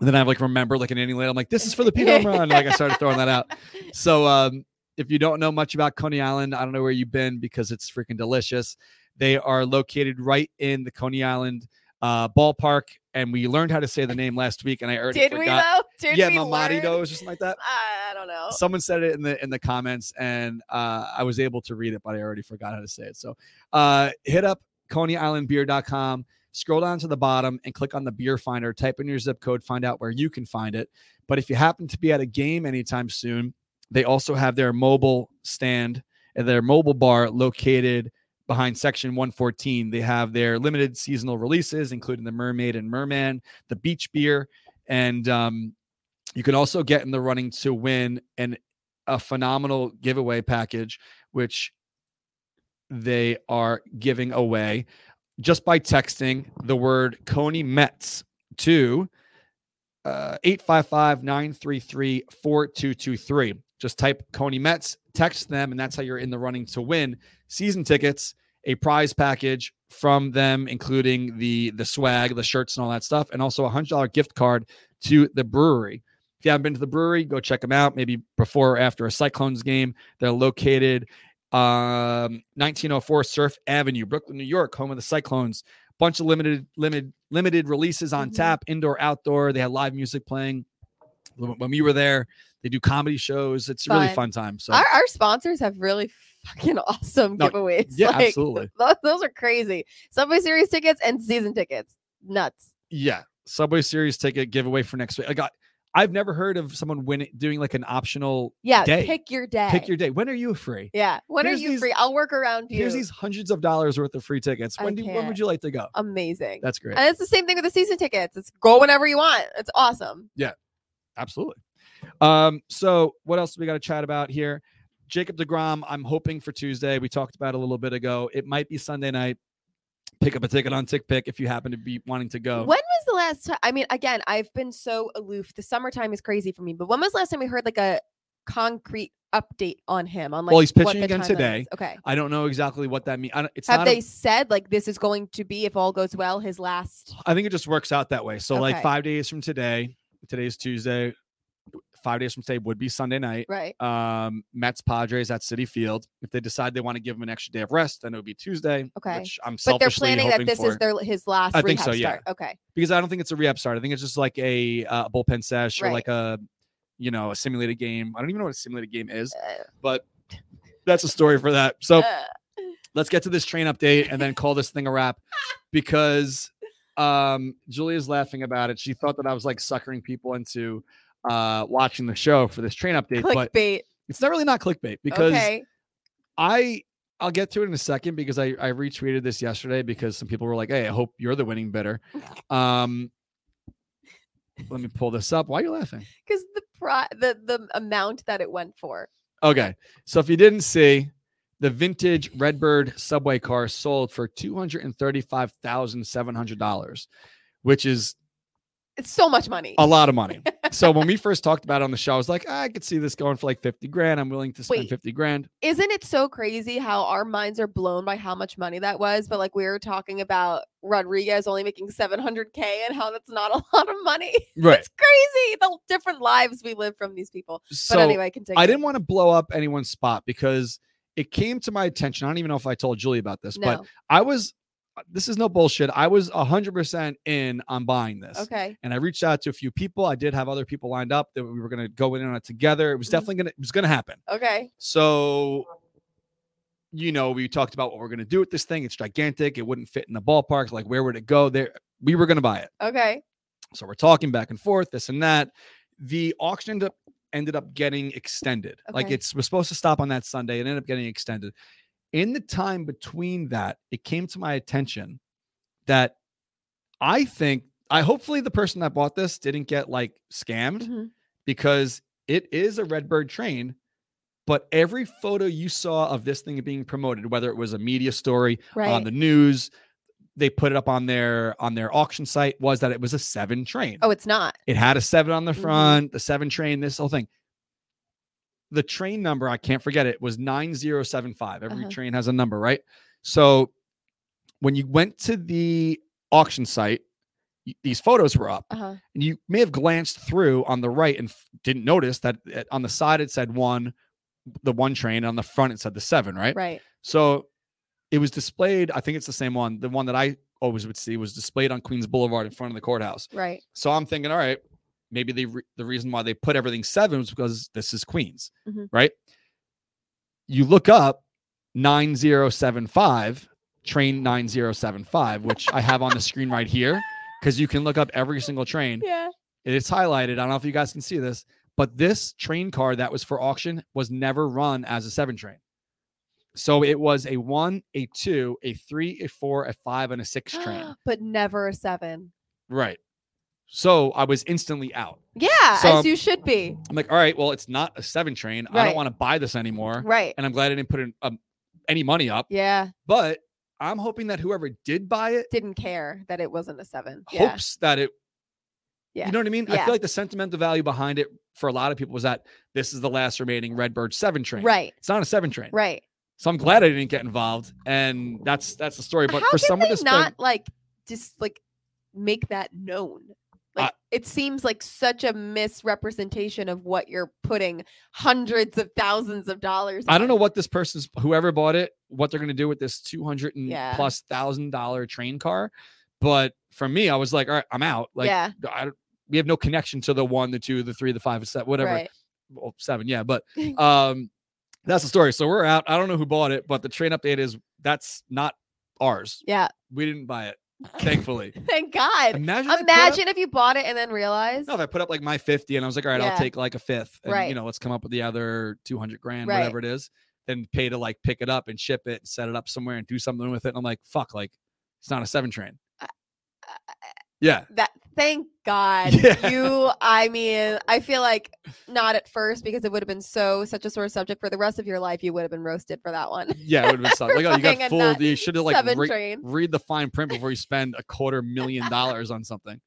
[SPEAKER 2] And then I like remember like an inning later, I'm like, this is for the Pete home run. Like I started throwing that out. So um, if you don't know much about Coney Island, I don't know where you've been because it's freaking delicious. They are located right in the Coney Island uh, ballpark, and we learned how to say the name last week, and I already
[SPEAKER 3] Did we
[SPEAKER 2] forgot.
[SPEAKER 3] though? Did
[SPEAKER 2] yeah,
[SPEAKER 3] we
[SPEAKER 2] Mamadi
[SPEAKER 3] learn?
[SPEAKER 2] dough or something like that.
[SPEAKER 3] I I don't know.
[SPEAKER 2] Someone said it in the in the comments, and uh, I was able to read it, but I already forgot how to say it. So uh, hit up ConeyIslandBeer.com. Scroll down to the bottom and click on the beer finder. Type in your zip code, find out where you can find it. But if you happen to be at a game anytime soon, they also have their mobile stand and their mobile bar located behind section 114. They have their limited seasonal releases, including the Mermaid and Merman, the Beach Beer, and um, you can also get in the running to win an a phenomenal giveaway package, which they are giving away just by texting the word Coney Mets to uh, 855-933-4223. Just type Coney Mets, text them, and that's how you're in the running to win season tickets, a prize package from them, including the the swag, the shirts, and all that stuff, and also a hundred dollar gift card to the brewery. If you haven't been to the brewery, go check them out. Maybe before or after a Cyclones game. They're located um 1904 Surf Avenue, Brooklyn, New York, home of the Cyclones. Bunch of limited limited limited releases on
[SPEAKER 3] Mhm.
[SPEAKER 2] tap, indoor, outdoor. They had live music playing. When when we were there, they do comedy shows. It's a really
[SPEAKER 3] Fun.
[SPEAKER 2] fun time. So
[SPEAKER 3] Our, our sponsors have really fucking awesome
[SPEAKER 2] No,
[SPEAKER 3] giveaways.
[SPEAKER 2] yeah,
[SPEAKER 3] Like,
[SPEAKER 2] absolutely.
[SPEAKER 3] Those, those are crazy. Subway Series tickets and season tickets. Nuts.
[SPEAKER 2] yeah, Subway Series ticket giveaway for next week. I got. I've never heard of someone winning doing like an optional
[SPEAKER 3] Yeah.
[SPEAKER 2] Day.
[SPEAKER 3] Pick your day.
[SPEAKER 2] pick your day. When are you free?
[SPEAKER 3] yeah. When are
[SPEAKER 2] Here's
[SPEAKER 3] you
[SPEAKER 2] these-
[SPEAKER 3] free? I'll work around you.
[SPEAKER 2] Here's these hundreds of dollars worth of free tickets.
[SPEAKER 3] I
[SPEAKER 2] When do when would
[SPEAKER 3] can't. Oh,
[SPEAKER 2] you like to go?
[SPEAKER 3] Amazing.
[SPEAKER 2] That's great.
[SPEAKER 3] And it's the same thing with the season tickets. It's go whenever you want. It's awesome.
[SPEAKER 2] Absolutely. Um, so what else we got to chat about here? Jacob DeGrom, I'm hoping for Tuesday. We talked about it a little bit ago. It might be Sunday night. Pick up a ticket on Tick Pick if you happen to be wanting to go.
[SPEAKER 3] When was the last time? I mean, again, I've been so aloof. The summertime is crazy for me. But when was the last time we heard like a concrete update on him? On like,
[SPEAKER 2] Well, he's
[SPEAKER 3] what
[SPEAKER 2] pitching
[SPEAKER 3] the
[SPEAKER 2] again
[SPEAKER 3] timeline
[SPEAKER 2] today.
[SPEAKER 3] is? Okay.
[SPEAKER 2] I don't know exactly what that means. I don't, it's
[SPEAKER 3] Have
[SPEAKER 2] not.
[SPEAKER 3] they
[SPEAKER 2] a,
[SPEAKER 3] said like this is going to be, if all goes well, his last?
[SPEAKER 2] I think it just works out that way. So like
[SPEAKER 3] Okay.
[SPEAKER 2] five days from today. Today's Tuesday. Five days from today would be Sunday night.
[SPEAKER 3] Right.
[SPEAKER 2] um, Mets Padres at City Field. If they decide they want to give him an extra day of rest, then it would be Tuesday.
[SPEAKER 3] Okay.
[SPEAKER 2] Which I'm
[SPEAKER 3] But they're
[SPEAKER 2] selfishly
[SPEAKER 3] planning that
[SPEAKER 2] hoping
[SPEAKER 3] this
[SPEAKER 2] for
[SPEAKER 3] is their his last
[SPEAKER 2] I
[SPEAKER 3] rehab
[SPEAKER 2] think so, yeah.
[SPEAKER 3] start. Okay.
[SPEAKER 2] because I don't think it's a rehab start. I think it's just like a uh, bullpen sesh or
[SPEAKER 3] Right.
[SPEAKER 2] like a you know a simulated game. I don't even know what a simulated game is,
[SPEAKER 3] Uh,
[SPEAKER 2] but that's a story for that. So
[SPEAKER 3] uh,
[SPEAKER 2] let's get to this train update and then call this thing a wrap because um Julia's laughing about it. She thought that I was like suckering people into uh watching the show for this train update, but
[SPEAKER 3] clickbait.
[SPEAKER 2] it's not really not clickbait because
[SPEAKER 3] Okay.
[SPEAKER 2] I I'll get to it in a second because I I retweeted this yesterday because some people were like, "Hey, I hope you're the winning bidder." Um Let me pull this up. Why are you laughing?
[SPEAKER 3] Because the pro the the amount that it went for.
[SPEAKER 2] Okay. So if you didn't see, the vintage Redbird subway car sold for $235,700, which is
[SPEAKER 3] It's so much money.
[SPEAKER 2] a lot of money. so when we first talked about it on the show, I was like, "Ah, "I could see this going for like 50 grand. I'm willing to spend
[SPEAKER 3] Wait.
[SPEAKER 2] 50 grand."
[SPEAKER 3] Isn't it so crazy how our minds are blown by how much money that was? But like we were talking about Rodriguez only making 700K and how that's not a lot of money.
[SPEAKER 2] Right.
[SPEAKER 3] it's crazy the different lives we live from these people. But
[SPEAKER 2] So
[SPEAKER 3] anyway, continue.
[SPEAKER 2] I didn't want to blow up anyone's spot because it came to my attention. I don't even know if I told Julie about this,
[SPEAKER 3] No.
[SPEAKER 2] but I was this is no bullshit. I was 100% in on buying this.
[SPEAKER 3] okay.
[SPEAKER 2] And I reached out to a few people. I did have other people lined up that we were going to go in on it together. It was
[SPEAKER 3] Mhm.
[SPEAKER 2] definitely going to it was going to happen.
[SPEAKER 3] Okay.
[SPEAKER 2] So you know, we talked about what we're going to do with this thing. It's gigantic. It wouldn't fit in the ballpark. Like where would it go? There we were going to buy it.
[SPEAKER 3] Okay.
[SPEAKER 2] So we're talking back and forth, this and that. The auction ended up ended up getting extended. Like
[SPEAKER 3] Okay.
[SPEAKER 2] it's was supposed to stop on that Sunday. It ended up getting extended. In the time between that, it came to my attention that I think I hopefully the person that bought this didn't get like scammed
[SPEAKER 3] Mhm.
[SPEAKER 2] because it is a Redbird train. But every photo you saw of this thing being promoted, whether it was a media story,
[SPEAKER 3] Right.
[SPEAKER 2] on the news they put it up on their on their auction site was that it was a seven train
[SPEAKER 3] oh, it's not.
[SPEAKER 2] it had a seven on the
[SPEAKER 3] Mhm.
[SPEAKER 2] front the seven train this whole thing the train number i can't forget it was 9075 every
[SPEAKER 3] Uh-huh.
[SPEAKER 2] train has a number right so when you went to the auction site y- these photos were up
[SPEAKER 3] Uh-huh.
[SPEAKER 2] and you may have glanced through on the right and f- didn't notice that uh, on the side it said one the one train on the front it said the seven right
[SPEAKER 3] Right.
[SPEAKER 2] so it was displayed. I think it's the same one. The one that I always would see was displayed on Queens Boulevard in front of the courthouse.
[SPEAKER 3] Right.
[SPEAKER 2] So I'm thinking, all right, maybe the re- the reason why they put everything seven was because this is Queens,
[SPEAKER 3] Mhm.
[SPEAKER 2] right? You look up nine zero seven five train nine zero seven five, which I have on the screen right here, because you can look up every single train.
[SPEAKER 3] Yeah.
[SPEAKER 2] It's highlighted. I don't know if you guys can see this, but this train car that was for auction was never run as a seven train. So it was a one, a two, a three, a four, a five, and a six train.
[SPEAKER 3] but never a seven.
[SPEAKER 2] right. So I was instantly out.
[SPEAKER 3] Yeah,
[SPEAKER 2] So-
[SPEAKER 3] as you should be.
[SPEAKER 2] I'm like, all right, well, it's not a seven train. I don't
[SPEAKER 3] Right.
[SPEAKER 2] want to buy this anymore.
[SPEAKER 3] Right.
[SPEAKER 2] And I'm glad I didn't put in, um, any money up.
[SPEAKER 3] Yeah.
[SPEAKER 2] But I'm hoping that whoever did buy it
[SPEAKER 3] Didn't care that it wasn't a seven. Yeah.
[SPEAKER 2] hopes that it
[SPEAKER 3] Yeah.
[SPEAKER 2] you know what i mean i
[SPEAKER 3] Yeah.
[SPEAKER 2] feel like the sentimental value behind it for a lot of people was that this is the last remaining redbird seven train
[SPEAKER 3] Right.
[SPEAKER 2] it's not a seven train
[SPEAKER 3] Right.
[SPEAKER 2] So I'm glad I didn't get involved, and that's that's the story. But
[SPEAKER 3] How
[SPEAKER 2] for
[SPEAKER 3] can
[SPEAKER 2] someone
[SPEAKER 3] they
[SPEAKER 2] to spend,
[SPEAKER 3] not like just like make that known? Like it seems like such a misrepresentation of what you're putting hundreds of thousands of dollars.
[SPEAKER 2] I don't know
[SPEAKER 3] on.
[SPEAKER 2] what this person's whoever bought it, what they're gonna do with this two hundred and
[SPEAKER 3] Yeah.
[SPEAKER 2] plus thousand dollar train car. But for me, I was like, all right, I'm out. Like,
[SPEAKER 3] yeah,
[SPEAKER 2] I don't- we have no connection to the one, the two, the three, the five, the seven, whatever.
[SPEAKER 3] right.
[SPEAKER 2] Well, seven, yeah. But um, that's the story. So we're out. I don't know who bought it, but the train update is that's not ours.
[SPEAKER 3] Yeah,
[SPEAKER 2] We didn't buy it, thankfully.
[SPEAKER 3] thank God.
[SPEAKER 2] Imagine, I put up-
[SPEAKER 3] Imagine if you bought it and then realized.
[SPEAKER 2] no, if I put up like my 50 and I was like, all right,
[SPEAKER 3] Yeah.
[SPEAKER 2] I'll take like a fifth. And,
[SPEAKER 3] Right.
[SPEAKER 2] You know, let's come up with the other 200 grand,
[SPEAKER 3] Right.
[SPEAKER 2] whatever it is, then pay to like pick it up and ship it and set it up somewhere and do something with it. And I'm like, fuck, like it's not a seven train. yeah.
[SPEAKER 3] that thank god
[SPEAKER 2] Yeah.
[SPEAKER 3] you i mean i feel like not at first because it would have been so such a sore subject for the rest of your life you would have been roasted for that one
[SPEAKER 2] Yeah. It would have been something. Like, oh, you
[SPEAKER 3] Buying a
[SPEAKER 2] got fooled.
[SPEAKER 3] nut-
[SPEAKER 2] You should have like
[SPEAKER 3] seven
[SPEAKER 2] re-
[SPEAKER 3] train
[SPEAKER 2] read the fine print before you spend a quarter million dollars on something.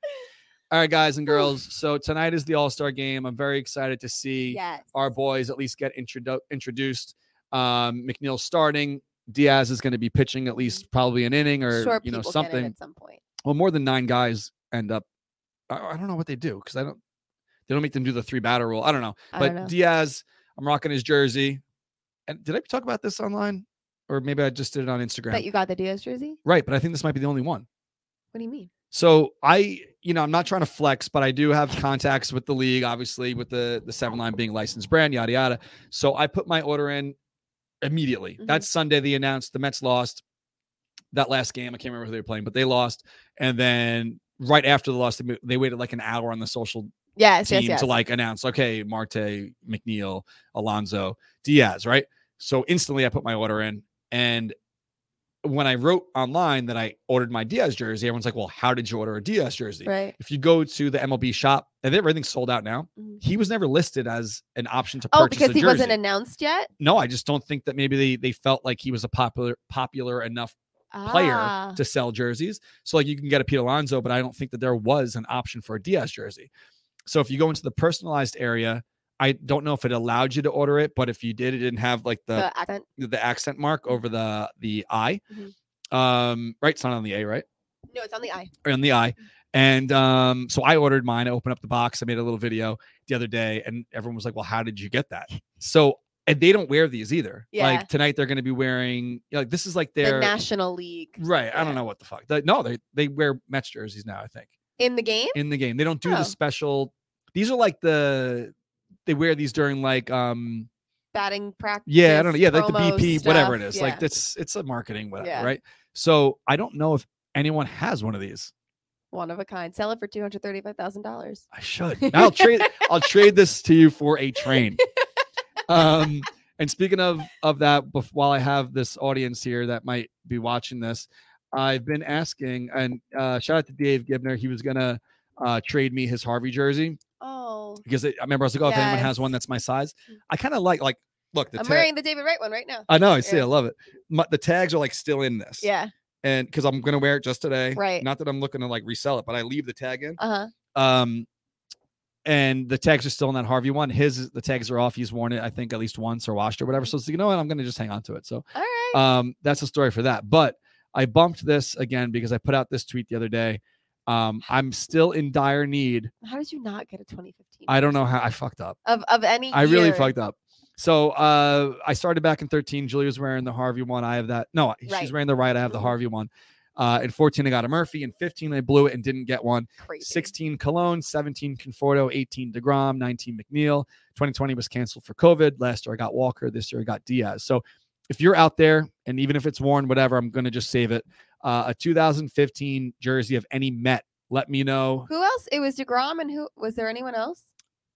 [SPEAKER 2] All right, guys and
[SPEAKER 3] Oof.
[SPEAKER 2] girls. So tonight is the All Star game. I'm very excited to see
[SPEAKER 3] yes
[SPEAKER 2] our boys at least get introdu- introduced. Um, McNeil starting. Diaz is going to be pitching at least probably an inning or
[SPEAKER 3] sure
[SPEAKER 2] you know
[SPEAKER 3] people get it
[SPEAKER 2] something.
[SPEAKER 3] at some point
[SPEAKER 2] Well, more than nine guys end up. I, I don't know what they do because I don't. They don't make them do the three batter rule. I don't know.
[SPEAKER 3] I
[SPEAKER 2] but
[SPEAKER 3] don't know.
[SPEAKER 2] Diaz, I'm rocking his jersey. And did I talk about this online, or maybe I just did it on Instagram?
[SPEAKER 3] that you got the diaz jersey
[SPEAKER 2] right, but I think this might be the only one.
[SPEAKER 3] what do you mean
[SPEAKER 2] So I, you know, I'm not trying to flex, but I do have contacts with the league, obviously, with the the seven line being licensed brand, yada yada. So I put my order in immediately.
[SPEAKER 3] Mhm.
[SPEAKER 2] That Sunday they announced the Mets lost that last game. I can't remember who they were playing, but they lost. And then right after the loss, they, mo- they waited like an hour on the social
[SPEAKER 3] yes yes
[SPEAKER 2] team
[SPEAKER 3] yes
[SPEAKER 2] to like announce, okay, Marte, McNeil, Alonso, Diaz, right? So instantly I put my order in. And when I wrote online that I ordered my Diaz jersey, everyone's like, well, how did you order a Diaz jersey?
[SPEAKER 3] right
[SPEAKER 2] If you go to the MLB shop, and everything's sold out now,
[SPEAKER 3] Mhm.
[SPEAKER 2] he was never listed as an option to
[SPEAKER 3] oh
[SPEAKER 2] purchase
[SPEAKER 3] because
[SPEAKER 2] a
[SPEAKER 3] he
[SPEAKER 2] jersey.
[SPEAKER 3] wasn't announced yet
[SPEAKER 2] no, I just don't think that maybe they they felt like he was a popular popular enough player
[SPEAKER 3] Ah,
[SPEAKER 2] to sell jerseys. So like you can get a Pete Alonso, but I don't think that there was an option for a Diaz jersey. So if you go into the personalized area, I don't know if it allowed you to order it, but if you did, it didn't have like the
[SPEAKER 3] the accent
[SPEAKER 2] the accent mark over the the I.
[SPEAKER 3] Mhm.
[SPEAKER 2] Um, right, it's not on the A, right?
[SPEAKER 3] no it's on the eye
[SPEAKER 2] Or on the I. And um, so I ordered mine. I opened up the box. I made a little video the other day, and everyone was like, "Well, how did you get that?" So and they don't wear these either.
[SPEAKER 3] Yeah.
[SPEAKER 2] Like tonight, they're going to be wearing like this is like
[SPEAKER 3] the
[SPEAKER 2] their
[SPEAKER 3] national league
[SPEAKER 2] Right. I
[SPEAKER 3] Yeah.
[SPEAKER 2] don't know what the fuck. They- no, they they wear Mets jerseys now. I think
[SPEAKER 3] in the game
[SPEAKER 2] in the game they don't do
[SPEAKER 3] Oh.
[SPEAKER 2] the special. These are like the they wear these during like um
[SPEAKER 3] batting practice
[SPEAKER 2] yeah I don't know yeah like the
[SPEAKER 3] promo
[SPEAKER 2] BP whatever it
[SPEAKER 3] stuff,
[SPEAKER 2] is
[SPEAKER 3] yeah.
[SPEAKER 2] like that's it's a marketing whatever
[SPEAKER 3] Yeah.
[SPEAKER 2] right. So I don't know if anyone has one of these.
[SPEAKER 3] one of a kind sell it for $235000
[SPEAKER 2] I should. I'll trade. I'll trade this to you for a train. Um, and speaking of of that, bef- while I have this audience here that might be watching this, I've been asking, and uh, shout out to Dave Gibner. He was gonna uh, trade me his Harvey jersey
[SPEAKER 3] oh
[SPEAKER 2] because it, I remember I was like, oh, if anyone has one
[SPEAKER 3] Yes.
[SPEAKER 2] that's my size, I kind of like like look the
[SPEAKER 3] I'm
[SPEAKER 2] tag.
[SPEAKER 3] wearing the David Wright one right now.
[SPEAKER 2] I know. I see.
[SPEAKER 3] yeah.
[SPEAKER 2] I love it. My, the tags are like still in this.
[SPEAKER 3] Yeah.
[SPEAKER 2] And because I'm gonna wear it just today.
[SPEAKER 3] Right.
[SPEAKER 2] Not that I'm looking to like resell it, but I leave the tag in.
[SPEAKER 3] Uh huh.
[SPEAKER 2] Um, and the tags are still in that Harvey one. His is- the tags are off. He's worn it, I think, at least once or washed or whatever. So it's like, you know what? I'm gonna just hang on to it. So
[SPEAKER 3] All right.
[SPEAKER 2] um, that's a story for that. But I bumped this again because I put out this tweet the other day. Um, I'm still in dire need.
[SPEAKER 3] how did you not get a 2015
[SPEAKER 2] I don't know how I fucked up.
[SPEAKER 3] of of any?
[SPEAKER 2] I really
[SPEAKER 3] year?
[SPEAKER 2] fucked up. So uh, I started back in 13. Julie was wearing the Harvey one. I have that. No,
[SPEAKER 3] Right.
[SPEAKER 2] she's wearing the right. I have the
[SPEAKER 3] Mhm.
[SPEAKER 2] Harvey one. Uh, in 14, I got a Murphy. In 15, I blew it and didn't get one.
[SPEAKER 3] Crazy.
[SPEAKER 2] 16 Cologne, 17 Conforto, 18 DeGrom, 19 McNeil. 2020 was canceled for COVID. Last year I got Walker. This year I got Diaz. So if you're out there, and even if it's worn, whatever, I'm going to just save it. Uh, a 2015 jersey of any Met. Let me know.
[SPEAKER 3] Who else? It was Degrom, and who was there? Anyone else?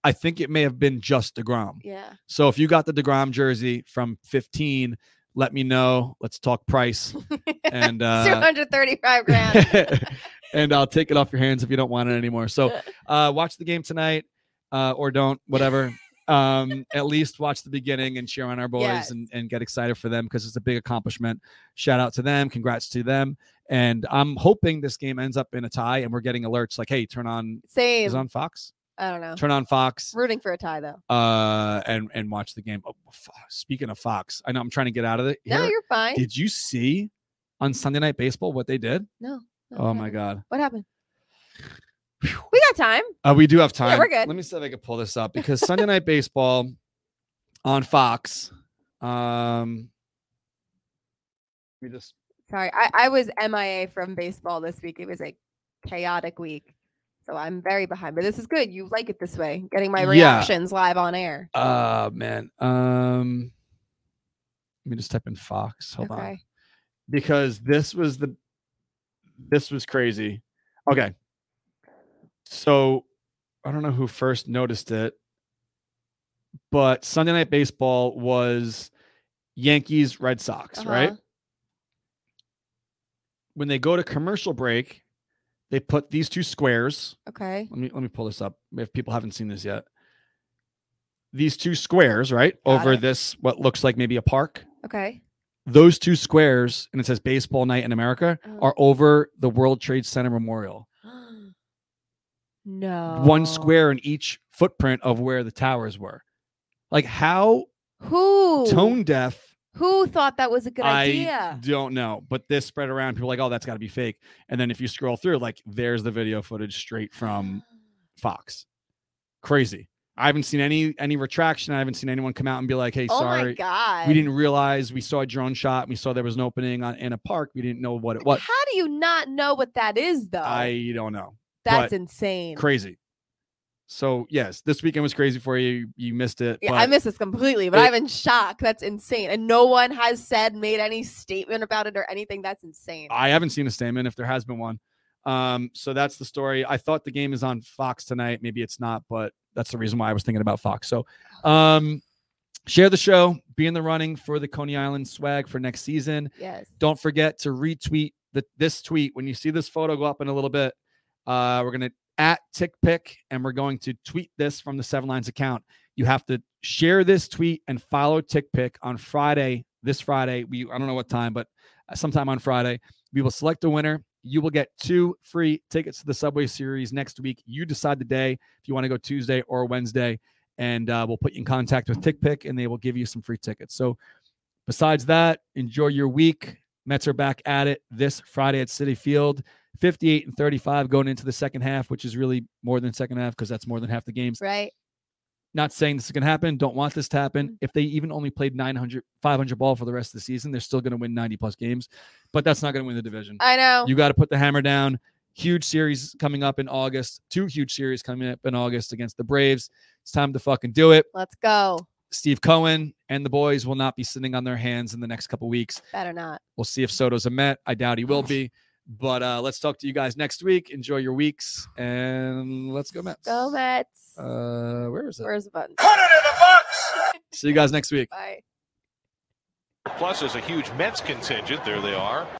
[SPEAKER 2] I think it may have been just DeGrom.
[SPEAKER 3] Yeah.
[SPEAKER 2] So if you got the DeGrom jersey from 15, let me know. Let's talk price. And uh,
[SPEAKER 3] 235 grand.
[SPEAKER 2] and I'll take it off your hands if you don't want it anymore. So uh, watch the game tonight uh, or don't, whatever. Um, at least watch the beginning and cheer on our boys
[SPEAKER 3] Yes.
[SPEAKER 2] and, and get excited for them because it's a big accomplishment. Shout out to them. Congrats to them. And I'm hoping this game ends up in a tie and we're getting alerts like, hey, turn on,
[SPEAKER 3] Same.
[SPEAKER 2] is it on Fox?
[SPEAKER 3] I don't know.
[SPEAKER 2] Turn on Fox
[SPEAKER 3] Rooting for a tie though.
[SPEAKER 2] uh, and and watch the game. Oh, fo- speaking of Fox, I know I'm trying to get out of it.
[SPEAKER 3] No,
[SPEAKER 2] here.
[SPEAKER 3] you're fine.
[SPEAKER 2] Did you see on Sunday Night Baseball what they did?
[SPEAKER 3] no. no,
[SPEAKER 2] Oh
[SPEAKER 3] what
[SPEAKER 2] my
[SPEAKER 3] happened?
[SPEAKER 2] God.
[SPEAKER 3] What happened? We got time.
[SPEAKER 2] Uh, we do have time.
[SPEAKER 3] Yeah, we're good.
[SPEAKER 2] Let me see if I can pull this up because Sunday Night Baseball on Fox. Um, let me just.
[SPEAKER 3] Sorry, I, I was MIA from baseball this week. It was a chaotic week. So I'm very behind, but this is good. You like it this way, getting my
[SPEAKER 2] Yeah.
[SPEAKER 3] reactions live on air.
[SPEAKER 2] Uh, man. Um, let me just type in Fox. Hold on.
[SPEAKER 3] okay.
[SPEAKER 2] because this was the this was crazy. Okay. So I don't know who first noticed it, but Sunday night baseball was Yankees Red Sox, right?
[SPEAKER 3] Uh-huh.
[SPEAKER 2] When they go to commercial break, they put these two squares
[SPEAKER 3] Okay.
[SPEAKER 2] let me let me pull this up if people haven't seen this yet these two squares right
[SPEAKER 3] Got
[SPEAKER 2] over
[SPEAKER 3] it.
[SPEAKER 2] this what looks like maybe a park
[SPEAKER 3] Okay.
[SPEAKER 2] those two squares and it says baseball night in america
[SPEAKER 3] Oh.
[SPEAKER 2] are over the world trade center memorial
[SPEAKER 3] no.
[SPEAKER 2] one square in each footprint of where the towers were like how
[SPEAKER 3] Who?
[SPEAKER 2] tone deaf
[SPEAKER 3] Who thought that was a good
[SPEAKER 2] I
[SPEAKER 3] idea?
[SPEAKER 2] don't know but this spread around people are like oh that's got to be fake and then if you scroll through like there's the video footage straight from Fox. Crazy. I haven't seen any any retraction. I haven't seen anyone come out and be like, "Hey,
[SPEAKER 3] oh my
[SPEAKER 2] sorry,
[SPEAKER 3] god.
[SPEAKER 2] we didn't realize we saw a drone shot. and We saw there was an opening on, in a park. We didn't know what it was."
[SPEAKER 3] How do you not know what that is though?
[SPEAKER 2] I don't know.
[SPEAKER 3] That's
[SPEAKER 2] but
[SPEAKER 3] insane.
[SPEAKER 2] Crazy. So yes, this weekend was crazy for you. You missed it.
[SPEAKER 3] Yeah,
[SPEAKER 2] but
[SPEAKER 3] I missed this completely, but
[SPEAKER 2] it-
[SPEAKER 3] I'm in shock. That's insane. And no one has said, made any statement about it or anything. That's insane.
[SPEAKER 2] I haven't seen a statement if there has been one. Um, so that's the story. I thought the game is on Fox tonight. Maybe it's not, but that's the reason why I was thinking about Fox. So um share the show, be in the running for the Coney Island swag for next season.
[SPEAKER 3] yes.
[SPEAKER 2] Don't forget to retweet the, this tweet when you see this photo go up in a little bit. Uh, we're gonna at Tick Pick and we're going to tweet this from the Seven Lines account. You have to share this tweet and follow Tick Pick on Friday. This Friday, we I don't know what time, but uh, sometime on Friday, we will select a winner. You will get two free tickets to the Subway Series next week. You decide the day if you want to go Tuesday or Wednesday, and uh, we'll put you in contact with Tick Pick and they will give you some free tickets. So, besides that, enjoy your week. Mets are back at it this Friday at City Field. 58 and 35 going into the second half, which is really more than second half because that's more than half the games.
[SPEAKER 3] Right.
[SPEAKER 2] Not saying this is going to happen. Don't want this to happen. If they even only played 900, 500 ball for the rest of the season, they're still going to win 90 plus games, but that's not going to win the division.
[SPEAKER 3] I know.
[SPEAKER 2] You got to put the hammer down. Huge series coming up in August. Two huge series coming up in August against the Braves. It's time to fucking do it.
[SPEAKER 3] Let's go.
[SPEAKER 2] Steve Cohen and the boys will not be sitting on their hands in the next couple weeks.
[SPEAKER 3] Better not.
[SPEAKER 2] We'll see if Soto's a Met. I doubt he will be. But uh, let's talk to you guys next week. Enjoy your weeks and let's go Mets.
[SPEAKER 3] Go Mets.
[SPEAKER 2] Uh, where is it?
[SPEAKER 3] Where's the button?
[SPEAKER 2] See you guys next week.
[SPEAKER 3] Bye.
[SPEAKER 4] Plus, there's a huge Mets contingent. There they are.